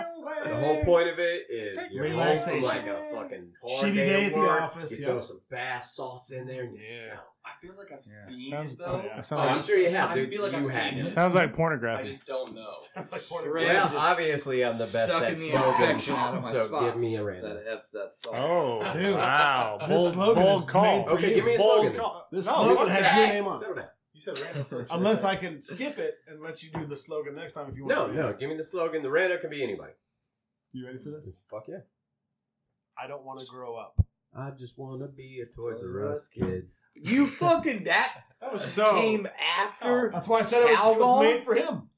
the whole point of it is
Take
you're
me
home from
away.
like a fucking hard
Shitty
day,
day at
at
the
work.
office,
You
yeah.
throw some bath salts in there and you
Yeah.
sell.
I feel like I've
Yeah.
seen
Sounds-
it, though.
oh, yeah.
Sounds
Oh,
like-
I'm sure you have.
I
Dude,
feel like
you
I've
had
seen
it.
it.
Sounds like
I
pornography.
just don't know.
[laughs] Sounds like
Straight
pornography.
Well,
Just
obviously I'm the best
Sucking
at
the infection out
smoking,
of my
so
spots.
give me a random.
That F, that salt.
Oh,
Dude.
wow.
This
Bold,
slogan
bold
is
call.
made for
Okay, give me a
Bold
slogan.
call.
This
No,
slogan
fuck
has
that.
your name on it.
Settle down.
You said
[laughs]
random first. Unless I can skip it and let you do the slogan next time if you
No,
want.
no, give me the slogan. The random can be anybody. Mm,
You ready for this?
Fuck yeah.
I don't want to grow up.
I just wanna be a Toys R Us kid.
You fucking that
That was so.
came after.
Oh, That's why I said it was, it was
Calgon?
made for him.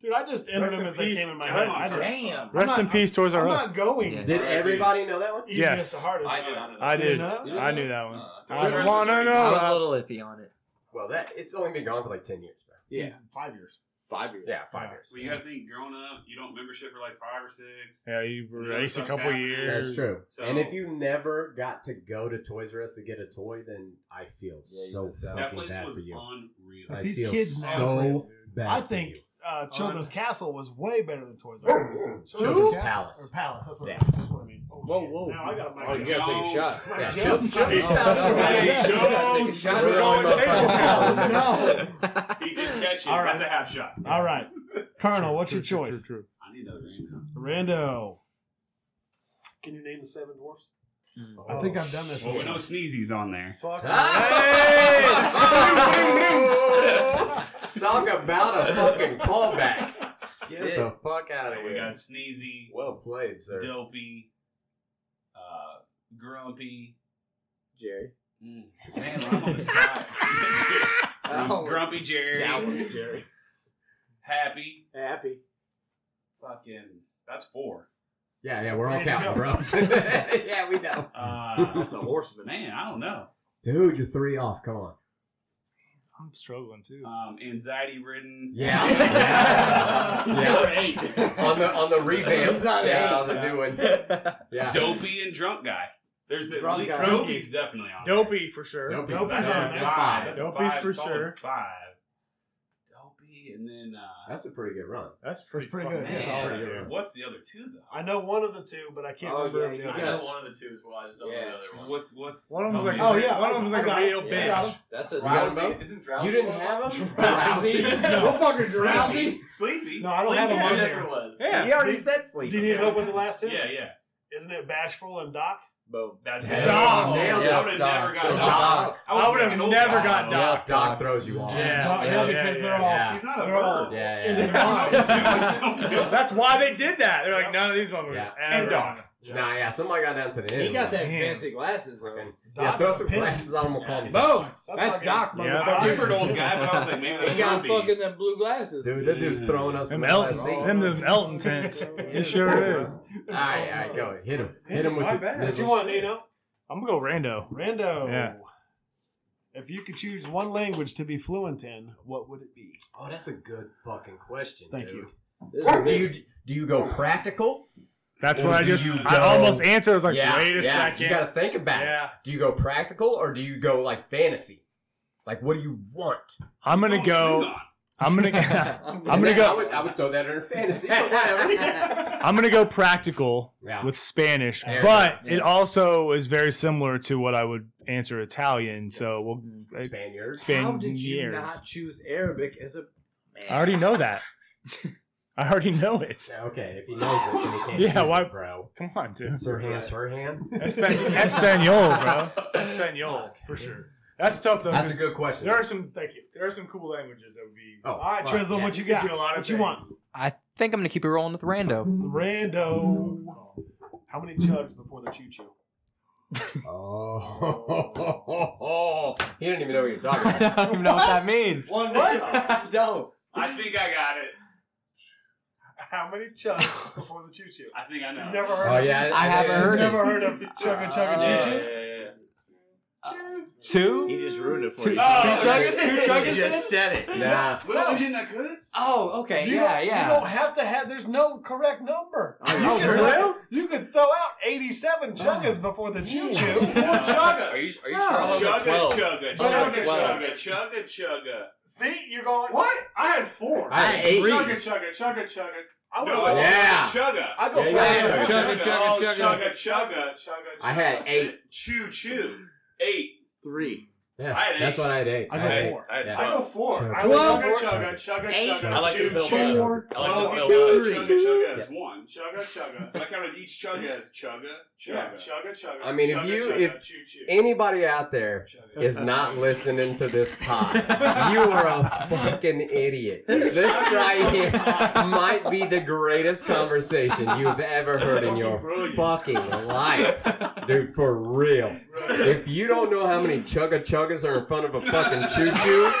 Dude, I just entered
Rest
them
in
as they
peace.
came in my
Come
head.
on,
I didn't-
Damn.
Rest
I'm
in
not-
peace, Toys
I'm
R Us.
not going.
Yeah.
Did everybody know that one?
Easiest
Yes.
to hardest.
I did.
I did.
You know?
I knew that one.
Uh,
I
Toys R Us
want to
was
I
know. Uh,
was a little iffy on it.
Well, that it's only been gone for like ten years, bro.
Yeah.
He's Five years.
Five years.
Yeah, five years.
So you gotta think, growing up, you don't remember shit for like five or six.
Yeah, you
You know,
raced a
something's
couple
happening.
years.
That's true.
So-
and if you never got to go to Toys R Us to get a toy, then I feel
Yeah, you
so
missed out.
that
fucking
place
bad
was
for you.
unreal.
I
These
feel
kids now live,
so bad.
I
for
think
you.
uh, Children's
On-
Castle was way better than Toys R Us.
Children's
Castle?
Palace.
Or Palace. That's what,
Yeah.
that's what I mean. Oh,
Whoa,
shit.
whoa.
Now I got my
Oh, you gotta take a shot.
My
Yeah,
joke.
Children's Children's
Oh,
Palace was
okay.
bad.
Yeah.
Jones.
We're the only
Jones.
[laughs]
motherfuckers that
[laughs]
remember.
He did catch it.
All right.
That's a half shot.
All right. Colonel, what's your
True, true,
choice?
True, true.
I need another email.
Rando. Can you name the seven dwarfs? I think I've done this.
Oh,
Well, with no
before.
sneezies on
[laughs]
there.
Fuck.
Oh. Talk about a fucking callback.
[laughs]
Get
Shit.
the fuck out
So
of
we
here.
got Sneezy,
well played, sir.
Dopey, uh, Grumpy.
Jerry.
Mm. Man, I'm on the [laughs] spot.
Oh,
Grumpy Jerry.
that was Jerry.
Happy.
[laughs]
Happy.
Fucking. That's four.
Yeah, yeah, we're all
There you
counting,
go.
bro. [laughs] yeah, we know. [laughs]
Uh,
That's a horseman.
man, I don't know.
Dude, you're three off. Come on.
I'm struggling too.
Um, anxiety ridden. [laughs]
Yeah. [laughs]
Number
yeah.
eight.
[laughs] On the on the revamp.
He's on eight.
yeah, on the new [laughs] one. Yeah.
Dopey and drunk guy. There's the,
Drunk guy.
Dopey's definitely on. there.
Dopey for sure.
Dopey's
So
Dopey's
that's,
on
a
there.
five.
That's five.
That's
Dopey's
a five.
for
solid
sure.
Five. Dopey, and then uh,
That's a pretty good run.
That's pretty,
pretty
fucking
good.
man,
solid.
pretty good.
what's the other two though?
I know one of the two, but I can't
Oh,
remember
yeah,
the
you
other.
got
one.
it.
one of the two as well. I just
don't know the
other one. What's what's
One of them's
Help
like,
me.
oh yeah, one of them's like
I
a
got it.
real
Yeah, I got
bitch.
it.
That's a
Drowsy? Isn't drowsy?
You didn't have [laughs] him?
Drowsy? No fucking drowsy.
[laughs] Sleepy. Sleepy.
No, I don't have
[laughs] Sleepy.
him on there.
was.
Yeah.
He already
Do-
said sleep.
[laughs] Do you need help with the last 2
Yeah, yeah.
Isn't it bashful and doc?
Boom.
That's Oh,
Damn,
Dog.
nailed
I
it,
would have
dog.
never got
Good
[laughs]
dog.
job.
was
I would've
thinking old
never
dog.
got dog.
Yeah, Doc throws you off.
Yeah.
Doc-
yeah,
no, because
yeah,
they're
yeah,
all.
yeah.
He's not a
They're all-
bird.
Yeah,
And
yeah.
then-
Everyone else is doing
[laughs]
something.
That's why they did that. They're like, none of these motherfuckers.
Yeah.
ever.
And dog.
[laughs] Nah, yeah, somebody got down to the end.
He got that
Damn.
fancy glasses though.
Yeah, throw some
Doc's a pimp.
glasses on him. We'll call him.
Boom.
That's
That's
fucking-
Doc,
Yeah.
I
motherfucker.
remembered [laughs] old guy, but I was like, maybe that's
He got
Grumpy.
fucking them blue glasses.
Dude, that dude's throwing us
Them
some
Elton,
LSD.
them those Elton
[laughs]
tents. It sure is.
All right, all right, go. Hit him. Hit him with
My
the.
bad.
What you want, Nino?
I'm gonna go rando.
Rando.
Yeah.
If you could choose one language to be fluent in, what would it be?
Oh, that's a good fucking question.
Thank
dude.
you.
This
So
is
do
big.
you do you go practical?
That's
Or
what I
do
just.
you
I
go-
almost answered. I was like,
yeah,
wait a
yeah,
second.
You got to think about it.
yeah.
Do you go practical or do you go like fantasy? Like, what do you want?
I'm gonna
Oh,
go.
Klingon.
I'm gonna. [laughs]
[laughs] Yeah,
I'm gonna
I
go.
would, I would throw that under
[laughs]
fantasy. but whatever.
I'm gonna go practical
yeah.
with Spanish,
There you
but
go. Yeah.
it also is very similar to what I would answer Italian. So
Yes.
we'll. I-
Spaniards.
How did you
Spaniards.
not choose Arabic as a
I already know that. I already know it.
Okay, if he knows it, then he can't.
[laughs] Yeah,
choose
why-
it, bro?
Come on, dude.
Sirhan,
[laughs]
Sirhan.
Espan- Espanol, bro. Espanol for sure. That's tough though.
That's a
'cause
good question.
There are some. Thank you. There are some cool languages that would be.
Oh,
All right,
fuck,
Trizzle,
yeah.
what you got?
Do a lot of
what you want?
I think I'm gonna keep it rolling with Rando.
Rando. How many chugs before the choo choo?
Oh, [laughs] he didn't even know what you're talking about.
[laughs]
I don't even know what that means.
one? What? I
[laughs]
don't.
I think I got it.
How many chugs before the choo choo?
I think I know.
You never heard
Oh yeah,
I haven't
yeah.
heard it.
Never heard of chugga chugga
Uh,
choo
Yeah,
choo?
yeah, yeah.
Two.
He just ruined it for
Two-
you.
Oh,
two chuggers?
shit.
Two chuggers?
You just said it. Nah.
Little Engine that could?
Oh, okay.
You
yeah,
don't,
yeah.
You don't have to have. There's no correct number.
Oh,
you,
no,
could
for
throw, you could throw out 87 chuggas before the choo choo.
chugga.
Are you, are you
Chugga,
sure?
chugga, chugga,
Oh, that's
chugga,
twelve.
chugga, chugga, chugga.
See, you're going.
What? I had four.
I had eight.
Chugga, chugga, chugga, chugga. I
No,
went
yeah.
chugga.
I go
Yeah,
flat
yeah,
out.
yeah. Chugga, chugga,
Oh,
chugga.
chugga, chugga, chugga,
I had
chugga.
eight.
Chew, chew. Eight.
Three.
Yeah,
I had eight.
that's what I had eight.
I
I
go
had eight.
four.
I had
Yeah.
twelve.
I
go four.
Chugga.
I went
Twelve.
Chugga, chugga, chugga,
Eight.
chugga.
I
like to
chew,
build
chew.
up.
Four.
Twelve,
build
chugga,
up.
chugga,
Three.
chugga is one. Chugga, chugga. I counted each chugga as chugga, chugga, chugga, chugga.
I mean, if
chugga,
you-
chugga,
if
chew, chew.
Anybody out there
Chugga.
is
[laughs]
not listening to this pod. You are a fucking idiot. This right here might be the greatest conversation you've ever heard in your fucking life. Dude, for real. If you don't know how many chugga chuggas are in front of a fucking choo choo,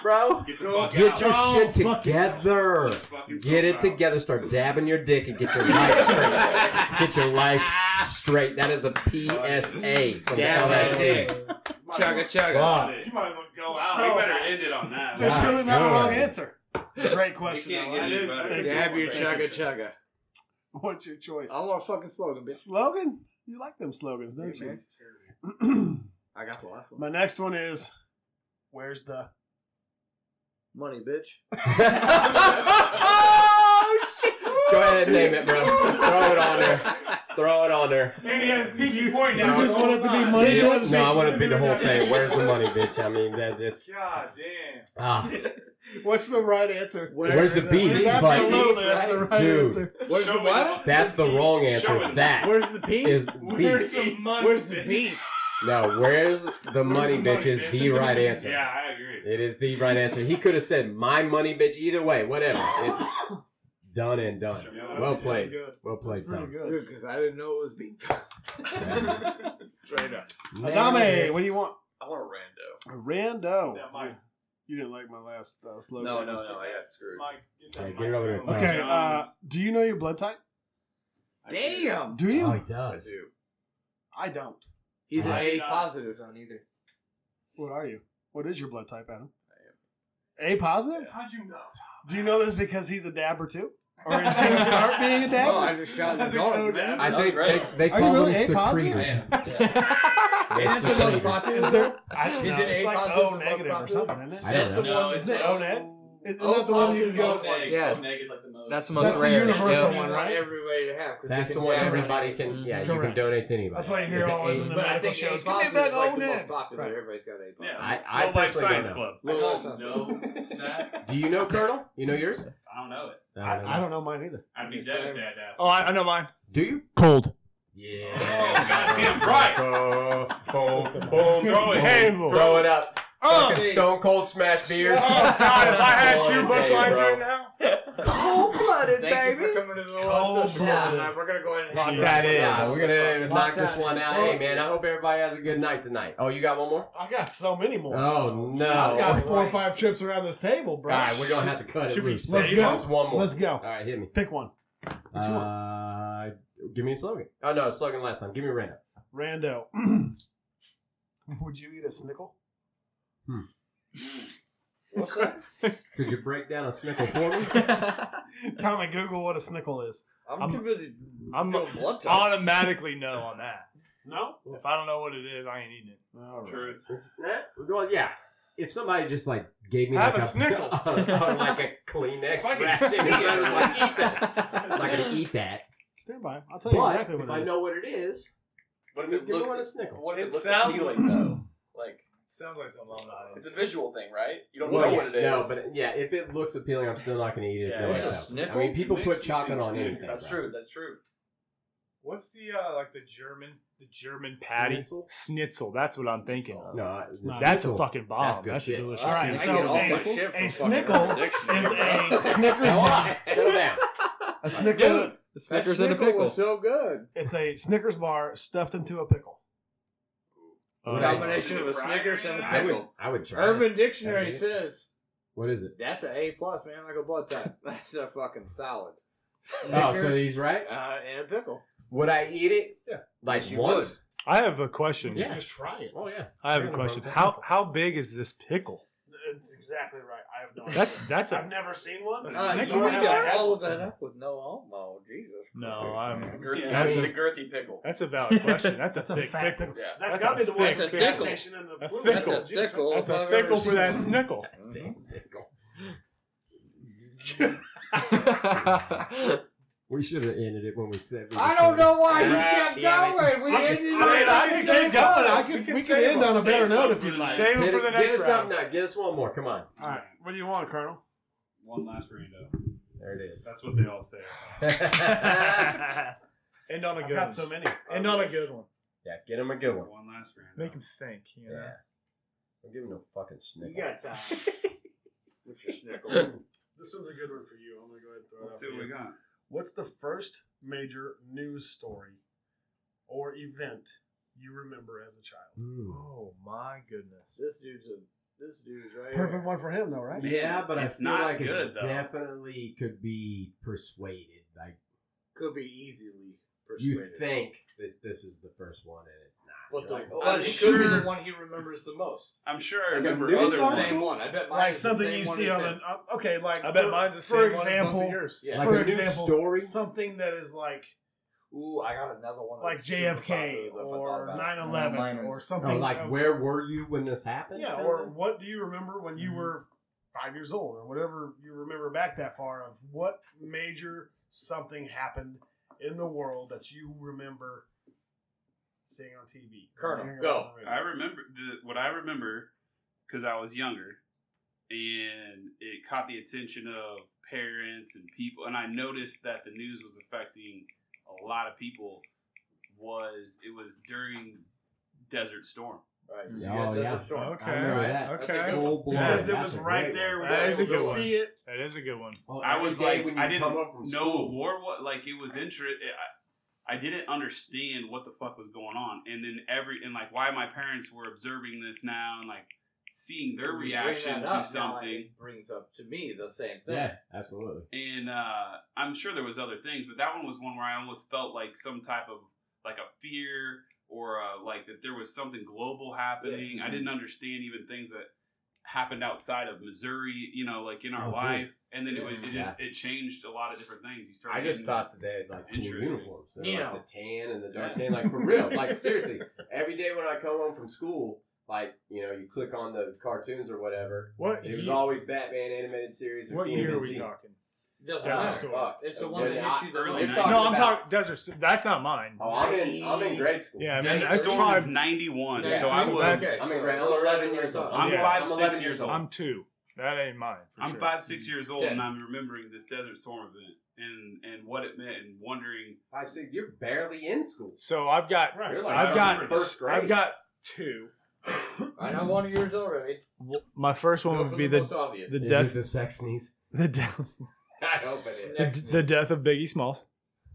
bro,
Get the fuck
get
out.
your shit
fuck yourself.
together.
Fucking
Get it
out.
together. Start dabbing your dick and get your life straight. Get your life straight. That is a PSA from E. the
Dab that
LSC.
Chugga chugga.
Fuck.
You might as well go out. we better end it on that.
There's
Wow.
really not a
God.
wrong answer. It's a great
You
question.
can't
though.
get
It
any
is.
better.
It's a
Dab
great
your
question.
chugga chugga.
[laughs] What's your choice?
I want a fucking slogan, bitch.
Slogan? You like them slogans, don't you? [clears throat]
I got the last one.
My next one is
[laughs]
Where's the
Money, [laughs] bitch.
[laughs] Go ahead and name it, bro. Throw it on there. Throw it on there.
And he has pinky point
now. You
just want us to be money?
Yeah, no, I want it to be the whole thing. Where's the money, bitch? I mean, that, that's
God damn.
ah,
What's the right answer?
Where's the beef?
Absolutely,
Like,
that's the right
Dude.
answer.
Where's the
Show me
what?
That's the wrong
Show
answer.
it.
That
Where's the beef?
is
Where's
beef.
the money? Where's the beef?
No, where's the money, bitch? Is the right answer.
Yeah, I agree.
It is the right answer. He could have said my money, bitch. Either way, whatever. It's done and done.
Yeah,
Well
that's-
played.
good.
Well played,
Pretty
Tom.
good.
Because I didn't know it was beef. [laughs] Straight up.
Adame, what do you want?
I want a
Rando.
rando. Yeah, Mike.
you didn't like my last uh, slogan.
No, no, no. I got screwed.
Mike, get that
Yeah,
mic
get it over there,
going.
Tom.
Okay, uh,
Jones.
do you know your blood type?
Damn.
Do you?
Oh, he does.
I don't.
He's an
I
A
did not.
positive on either.
What are you? What is your blood type, Adam? A positive?
How'd you know?
Do you know this because he's a dabber too? Or is he going to start [laughs] being a
Oh,
dabber?
I just shot the
That's a
dog,
code,
man.
man.
I
That was
think
great.
they, they
Are you
call
really
them
A positive?
secretors. They're
That's the most
secretors.
positive.
Is there? I, no,
Is it
it's
A
like
positive
O
plus
negative or
positive?
something, isn't
I
it?
don't know.
No, isn't it O neg? Isn't
O
that the one you
positive,
go?
O neg.
Yeah. That's the most
That's the
rare.
universal
yeah.
one, right?
Every way to have. 'cause
That's
you
the
can
one
dab in
everybody
it.
can. Yeah, you can
Correct.
donate to anybody.
That's why you hear
Is it
always
A-
in the
But I
medical
think A
shows.
positive
Give me
is
back
like
O
the most
neg.
popular.
Right.
Everybody's got A positive.
Yeah.
I, I
Low Life
personally
Science
don't know.
Club.
I don't
Well,
know that.
Do you know Colonel? You know yours? Uh,
I don't know it.
I, I don't know mine either.
I'd be
Yes,
dead if
sir.
they had to ask.
Oh, I, I know mine.
Do you?
Cold.
Yeah.
Oh, goddamn right.
Oh, boom, boom,
Throw it.
Table.
Throw it up.
Oh,
Fucking Stone Cold Smash beers.
oh, God, if I had two
Cold
bush
day,
lines
bro.
right now.
Cold blooded,
Thank you for coming to the Cold social
blooded.
club tonight. We're gonna go ahead and
Lock
hang
That
up.
is.
Yeah.
We're gonna knock this one out.
Well-
Hey, man, I hope everybody has a good night tonight. Oh, you got one more?
I got so many more.
Oh no!
I've got
[laughs] All
four or five trips around this table, bro.
right, we're gonna have to cut it.
Should we
Let's
save
go.
it?
Just one more.
Let's go.
All right, hit me.
Pick one. What you want?
Uh, give me a slogan. Oh no, slogan last time. Give me a random.
Rando. [clears throat] Would you eat a [laughs] snickle?
What's that?
Could you break down a snickle for me?
[laughs] Tommy, Google what a snickle is.
I'm
I'm-
too busy
I'm
doing blood tests.
automatically no on that.
No?
If I don't know what it is, I ain't eating it.
All right.
Truth.
It's- eh, well, yeah. If somebody just like gave me
Have
like
a snickle.
[laughs] uh, like a Kleenex,
If I could
wrap
see
thing, I was like, eat that. I'm not
What
gonna eat that.
[laughs] Stand by. I'll tell you
But
exactly
if
what
I
it is.
know what it is,
What if
give
it
me one a
looks?
snickle.
What
if it looks appealing,
though? Like
Sounds like something I'm not
a visual thing, right? You
Well, yeah, No, but yeah, if it looks appealing, I'm still not gonna eat it.
Yeah,
no
it's
matter
a
what. I
snickle.
mean, people
It
put
makes you
chocolate
think
on
snickle.
anything.
That's
right?
true. That's true.
What's the uh, like the German the German patty
Schnitzel?
schnitzel? that's what I'm thinking. of.
No, it's not.
that's a
Snickle. [laughs]
fucking bomb.
That's
That's,
good
a
shit.
delicious.
All right,
shit.
so
I get all
a-
my shit
a
from fucking
snickle
Dictionary. [laughs]
is a Snickers
Now,
bar.
why? Settle down.
A snickle.
The
That
Snickers and a
snickle
pickle.
was so good.
It's a Snickers bar stuffed into a pickle.
Uh,
Combination
Is
of
it
a
fried?
Snickers and a
I would,
pickle.
I would try. it.
Urban Dictionary
Yeah.
says
What is it?
that's an A plus, man. Like a blood type. [laughs] That's a fucking solid.
Oh,
Snicker,
so he's right.
uh, and a pickle.
Would I eat it?
Yeah.
Like
You
once?
I have a question.
Yeah.
Just try it.
Oh yeah.
I have a
Yeah,
question.
bro.
How how big is this pickle?
That's exactly right. I have no
That's that's
I've
a
never seen one.
A
Uh, you
Snickers.
Nor have I
got
had
all
one.
of that up with no homo. Jesus.
no. I'm
I
It's
mean-
a girthy pickle.
that's a valid question. That's a
That's a
thick
fat
pickle.
Yeah.
That's
That's
got to be
a
the one
thick
from the
pickle.
gas station in the
A
blue.
thickle.
That's a
juice.
thickle.
That's
if
a
I've
thickle
ever
for
seen
that
one.
snickle.
We should have ended it when we said. we
I
were
don't
done.
know
[laughs]
why you kept
damn it.
going. We
I
ended
can,
it.
I mean, I
on
can
a
keep
single.
going. I can, we can
save
end on a
Save
better
some
note if
for
you
the
like.
Save it
Hit
for
it-
the
Give us
next round.
something. Now. Give us one more. Come on.
All right. What do you want, Colonel?
One last rando.
There it
[laughs]
is. [laughs]
That's what they all say.
yeah,
End on a
I've
good.
got
one.
so many.
End on a good one.
get him a good one.
One last rando.
Make him think. You know?
Yeah. Don't give him no fucking snickle.
You got time. With your snickle.
This one's a good one for you. I'm gonna go ahead and throw
Let's
it
see
out
what
for
we
you.
got.
What's the first major news story or event you remember as a child?
Ooh.
Oh my goodness.
This dude's a. This dude's right
Perfect
here.
one for him, though, right?
Yeah, but
It's
I feel
not
like
good,
it
though.
definitely could be persuaded. Like
Could be easily persuaded.
you think that this is the first one, and it's not.
But the,
You're like,
but
I'm
oh, it could be the Oh,
sure-
one he remembers the most.
I'm sure I
Like a
remember
news
other
article?
ones.
one. I bet mine
Like
is the
something
same
you
one
see
as
on
him.
the uh, okay, like
I bet
for-
mine's the
for
same one as
example,
both of yours.
Yeah.
like
for
a
example,
new story.
something that is like
Ooh, I got another one.
like
that's super
JFK
popular that I thought
or
about.
9/11
Mine
or
is-
something
No, Oh, like
of-
where were you when this happened?
Yeah, or what do you remember when you were five years old, or whatever you remember back that far of what major something happened in the world that you remember seeing on TV?
Colonel,
Hearing
go.
on the radio?
I remember the, what I remember because I was younger
and it caught the attention of parents and people. And I noticed that the news was affecting a lot of people. Was it was during Desert Storm?
Right.
Oh,
Yeah, Desert
yeah.
Storm.
Okay.
I remember that.
That's a good
Full blown.
Because it
That's
was
a
right
great
there. We
one.
were
That is a
able to
good one.
see it.
That is a good one.
Well,
I
Oh, every
was
day
like,
when
I
you
didn't
come up from
know
school-
what war was. Like it was interest. I, I didn't understand what the fuck was going on, and then every and like why my parents were observing this now and like seeing their
You bring
reaction
that
to
up, now
something.
it brings up to me the same thing.
Yeah, absolutely.
And uh, I'm sure there was other things, but that one was one where I almost felt like some type of like a fear or uh, like that there was something global happening.
mm-hmm.
I didn't understand even things that happened outside of Missouri, you know, like in our
Oh, dude.
life. And then it, was- it
Yeah.
just it changed a lot of different things. You started
I just
getting-
thought that they had like cool
Interesting.
uniforms. They're,
You know.
like the tan and the dark tan, like for real. Like seriously, every day when I come home from school, like you know, you click on the cartoons or whatever.
What
It was
year-
always Batman animated series. Or
what year are we
TMNT.
talking?
Doesn't
Desert
Oh,
matter.
Storm.
fuck.
It's the one
Yeah,
that hits
I-
you the
early
most.
nights.
No, I'm
about-
talking Desert. Storm. That's not mine.
Oh, I'm in. I'm in grade school.
Yeah, I mean,
Desert
that's
Storm is
probably,
91,
Yeah.
so I
So
was.
that's-
I'm in grade. I'm 11 years old.
I'm
Yeah.
five,
I'm 11
six years old.
I'm two. That ain't mine. for
I'm
sure.
five, six years old,
Okay.
and I'm remembering this Desert Storm event and and what it meant, and wondering.
I said you're barely in school.
So I've got
You're like
I've got-
in first grade.
I've got two.
I know one of yours already.
My first one
Go
would
for
be
the
the
most obvious. [laughs]
the
Is
death
it the sex sneeze?
the de-
I hope it
the,
is.
the death of Biggie Smalls.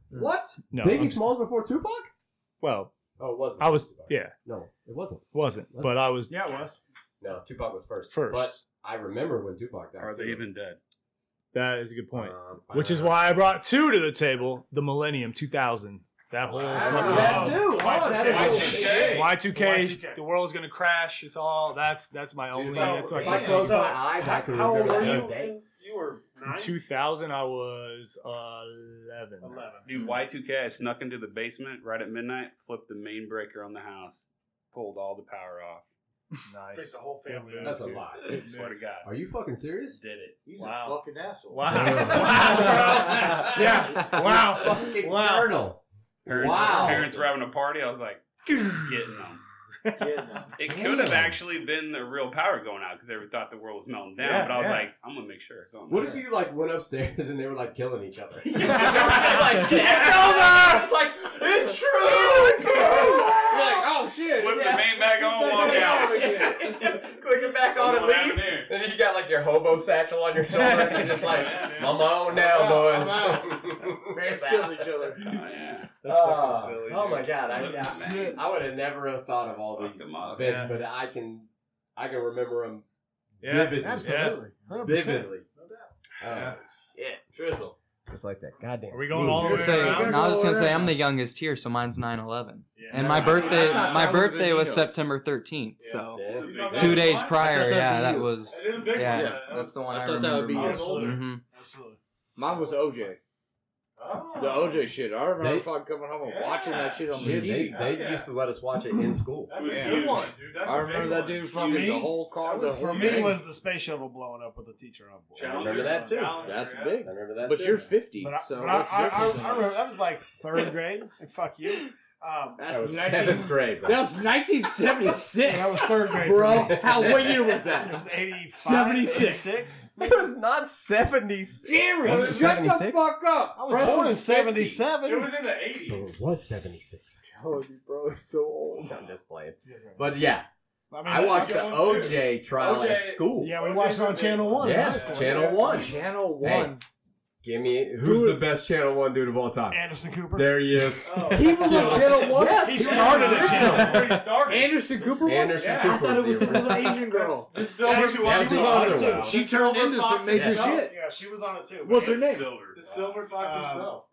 What?
No, I'm
Biggie
just-
Smalls before Tupac?
Well,
Oh, it wasn't.
I was
Tupac.
yeah,
No, it wasn't.
wasn't, but I was
Yeah, it was.
No, Tupac was first.
first.
But I remember when Tupac died. too.
dead?
that is a good point.
Um,
Which is
uh,
why I brought two to the table. The Millennium 2000. That whole
I remember
fucking-
that too. Oh, that is
Y2K.
Y2K,
Y2K.
The world's gonna crash. It's all that's that's my only.
so-
that's like
If I close my eyes, I can
How old
remember
were
that
you?
day.
You were nine.
2000. I was 11.
Eleven.
Dude, Y2K, I snuck into the basement right at midnight, flipped the main breaker on the house, pulled all the power off.
Take
Nice.
the whole family.
Good
out.
That's a
dude.
lot.
I swear to God,
Are you fucking serious?
did it.
He's
Wow.
a fucking asshole.
Wow. wow.
[laughs]
[laughs]
[laughs] bro. Yeah.
[laughs]
Wow.
Fucking
Wow.
Colonel.
Parents,
Wow.
parents were having a party. I was [laughs] like, getting them.
Yeah, no.
It
Damn.
could have actually been the real power going out because they thought the world was melting down.
Yeah,
but I was
yeah.
like, I'm gonna make sure. So
What if you like went upstairs and they were like killing each [laughs] other? They were
It's
over. It's like it's true. You're like, oh shit.
[laughs] flip
yeah.
the main back on, walk out?
[laughs] Click it back on and
Come on out of
leave.
there.
And then you got like your hobo satchel on your shoulder, and you're just like,
[laughs]
I'm on now, boys. [laughs] Peace out.
Kill each other.
Oh, yeah.
That's
Ah,
Oh,
fucking silly.
oh
dude.
my god, I,
Look at that,
I, I would have never have thought of all
Fuck
these
them up.
events,
Yeah.
but I can, I can remember them
Yeah.
vividly,
Absolutely. 100%.
vividly. Oh,
Yeah.
Yeah, drizzle.
It's like that goddamn.
Are we going
sneeze.
all the way
So
around?
no, I was just gonna say I'm the youngest here, so mine's 9/11,
Yeah.
and my
Yeah.
birthday
Ah, that
my
was a good
birthday was
Enos.
September 13th. So
Yeah.
two days
I thought that
prior, yeah,
was
that
you.
was
That is a big one.
yeah,
Yeah, that
that's the one
I
I,
thought that would
remember
be yours.
most.
Older.
hmm
Absolutely.
Mine was OJ. The OJ shit. I remember fucking coming home and watching that shit on the
Shit,
TV.
they, they
Yeah.
used to let us watch it
[laughs]
in school.
That's
Yeah.
a huge one, dude. That's
I
a
remember
big
that
one.
dude fucking
Me?
the whole car.
That was
the whole
for me
thing.
was the space shuttle blowing up with the teacher on board.
Challenge.
remember that too.
Challenge,
That's
yeah.
big.
I remember that.
But
too.
you're 50,
But I,
so
but I,
that's
I, I,
different than
I
us.
remember that was like third grade. and fuck you. Um,
That was [laughs]
19
seventh grade. bro.
That was 1976.
that was third grade, for
bro.
me.
How what year was
It
that?
was 85,
76.
86.
It was not seventies.
Jerry,
Was it
shut the
76?
fuck up.
I was born in 77.
It was in the 80s.
It was seventy six.
Oh, you bro, it's so
[laughs]
old.
I'm just playing.
Yes, sir.
But yeah,
mean,
I watched the
that's-
OJ trial
OJ
at school.
Yeah, we watched it on Channel 1. in
Yeah,
high school.
Channel One.
Channel
Hey.
One.
Give me who's the best Channel One dude of all time.
Anderson Cooper.
There he is.
He was on Channel One.
Yes,
He
was
started
on
it.
Channel One.
Where he started.
Anderson Cooper. one?
Anderson
Yeah,
Cooper
I thought it was
was the
the little Asian girl.
This is over two
That's
hours.
the
was
other
on it,
one.
too.
She turned into some major shit.
Yeah, she was on it too.
What's her name?
Silver. The Silver Fox
Um,
himself,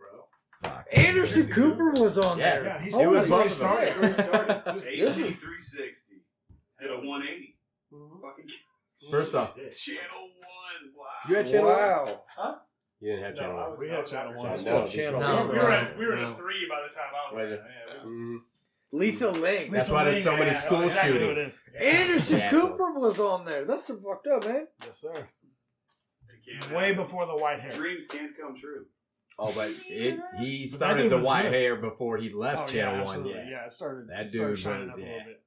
bro.
Anderson Cooper was on
Yeah.
there.
Yeah, he's
Oh, it was
that's where he
both of them.
started.
Where he [laughs] started. AC
Yeah.
360. Did a 180. Fucking [laughs]
First off,
Channel 1. Wow.
you had Channel One.
Wow.
You didn't have
No,
Channel
I
One.
was- We had Channel One.
I
was
know,
on Channel
because-
One.
We were at,
No.
we were
No.
at three by the time I was
Was
there.
it?
Yeah, we-
Mhm.
Lisa Lang.
That's why there's so
Yeah,
many
yeah,
school
exactly who it
shootings.
is.
Anderson
Yes.
Cooper was on there. That's so fucked up, man.
Yes, sir.
It can't
Way
happen.
before the white hair.
Dreams can come true.
Oh, but it, he
that
started
dude
the
was
white
good.
hair before he left
Oh,
Channel
yeah,
One.
absolutely.
Yeah.
yeah, it started.
That
it started
dude
shining
was-
up a
yeah.
little bit.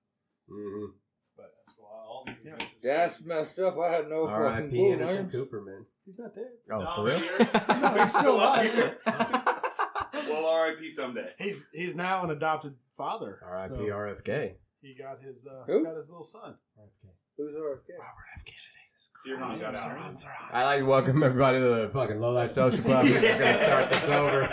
Mhm.
But that's why all
all these inventions.
That's messed up. I had no fucking clue, man.
Cooper, man.
He's not dead.
Oh,
No,
for real?
seriously.
No, he's still alive.
well, RIP someday.
[laughs] He's he's now an adopted father.
R.I.P.
so
RFK.
He got his uh,
Who?
got his little son.
Who's our kid?
Sirhan got [laughs] out.
[laughs] I like to welcome everybody to the fucking Low Life [laughs] Social Club. We're gonna start this over.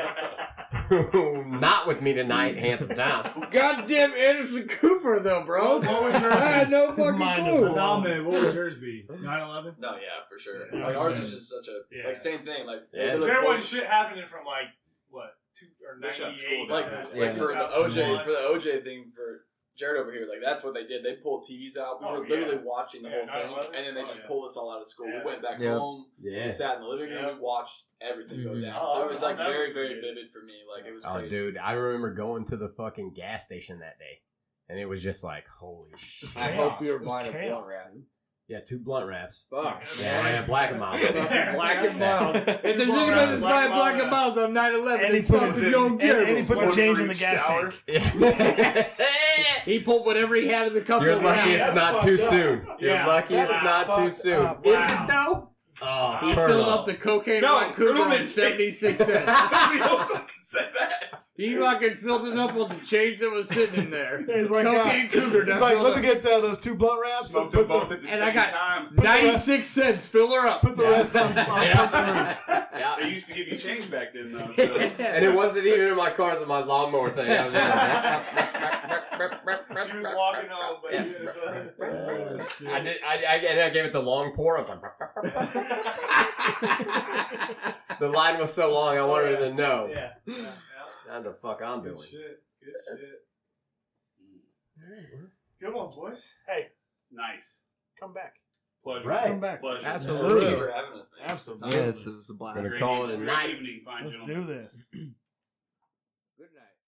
Not with me tonight,
[laughs]
handsome Tom.
Goddamn Anderson Cooper, though, bro. I had no fucking clue.
what would yours be? 9-11?
No, yeah, for sure.
Yeah,
like
yeah.
ours is just such a
Yeah.
like same thing. Like
Yeah.
they look
Fair
forward-
shit happening from like what two or
They shut school
like,
down.
like for the OJ
2001.
for the OJ thing for Jared over here. Like that's what they did. They pulled TVs out. We
Oh,
were
yeah.
literally watching the
Yeah,
whole
9/11?
thing, and then they
Oh,
just
yeah.
pulled us all out of school.
Yeah.
We went back
Yeah.
home. We
Yeah.
sat in the living room
Yeah.
and watched everything go
Mm-hmm.
Mhm.
down.
Oh,
so it was like
I'll never
very, very
forget it.
vivid for me. Like it was
Oh,
crazy.
dude, I remember going to the fucking gas station that day, and it was just like, holy shit.
I hope you're
It was
mine a
chaos,
blunt wrap.
Yeah, two blunt wraps.
Fuck.
Yeah, yeah, black and mild.
Black and
[laughs] Yeah. [laughs]
mild. If there's anybody that's not black and mild on 9 11,
And he
it's
put his
fucking Young
and, and he
Jerry.
put the change in the gas
shower.
tank.
Yeah.
He pulled whatever he had in the cup.
You're
and
[laughs]
lucky
wrapped
it's not too soon. You're
Yeah.
lucky it's
That's
not too
fucked
soon.
up.
Is
Wow.
it though? Oh,
He
turn
filled
off.
up the cocaine
No,
Ron Cooper
Rudolph
on 76 cents.
Somebody else fucking said that.
He fucking filled it up with the change that was sitting in
[laughs]
there.
He's like,
cocaine
uh,
Cougar.
He's
that's
like,
all
let
I-
me get uh, those two blunt wraps
Smoked
and put
them
the,
both at the
and
same
I got-
time.
96 cents. Fill her up.
put the rest
[laughs]
[laughs]
on. on
Yeah.
They used to give you change back then, though. So.
[laughs]
and it wasn't even in my car, it was my lawnmower thing. I was just like,
[laughs]
she was walking home, but
uh,
Oh, I did. I, I, and I gave it the long pour. I was like, the line was so long. I wanted to know. Yeah. How the fuck I'm doing?
Mm.
Good one, boys.
Nice.
Come back.
Pleasure.
Right.
Come back.
Pleasure.
Absolutely.
for having us, man.
Absolutely.
Yes, it was a blast.
Gonna call it a
Great
night.
evening, fine
Let's
gentlemen.
do this.
Good night.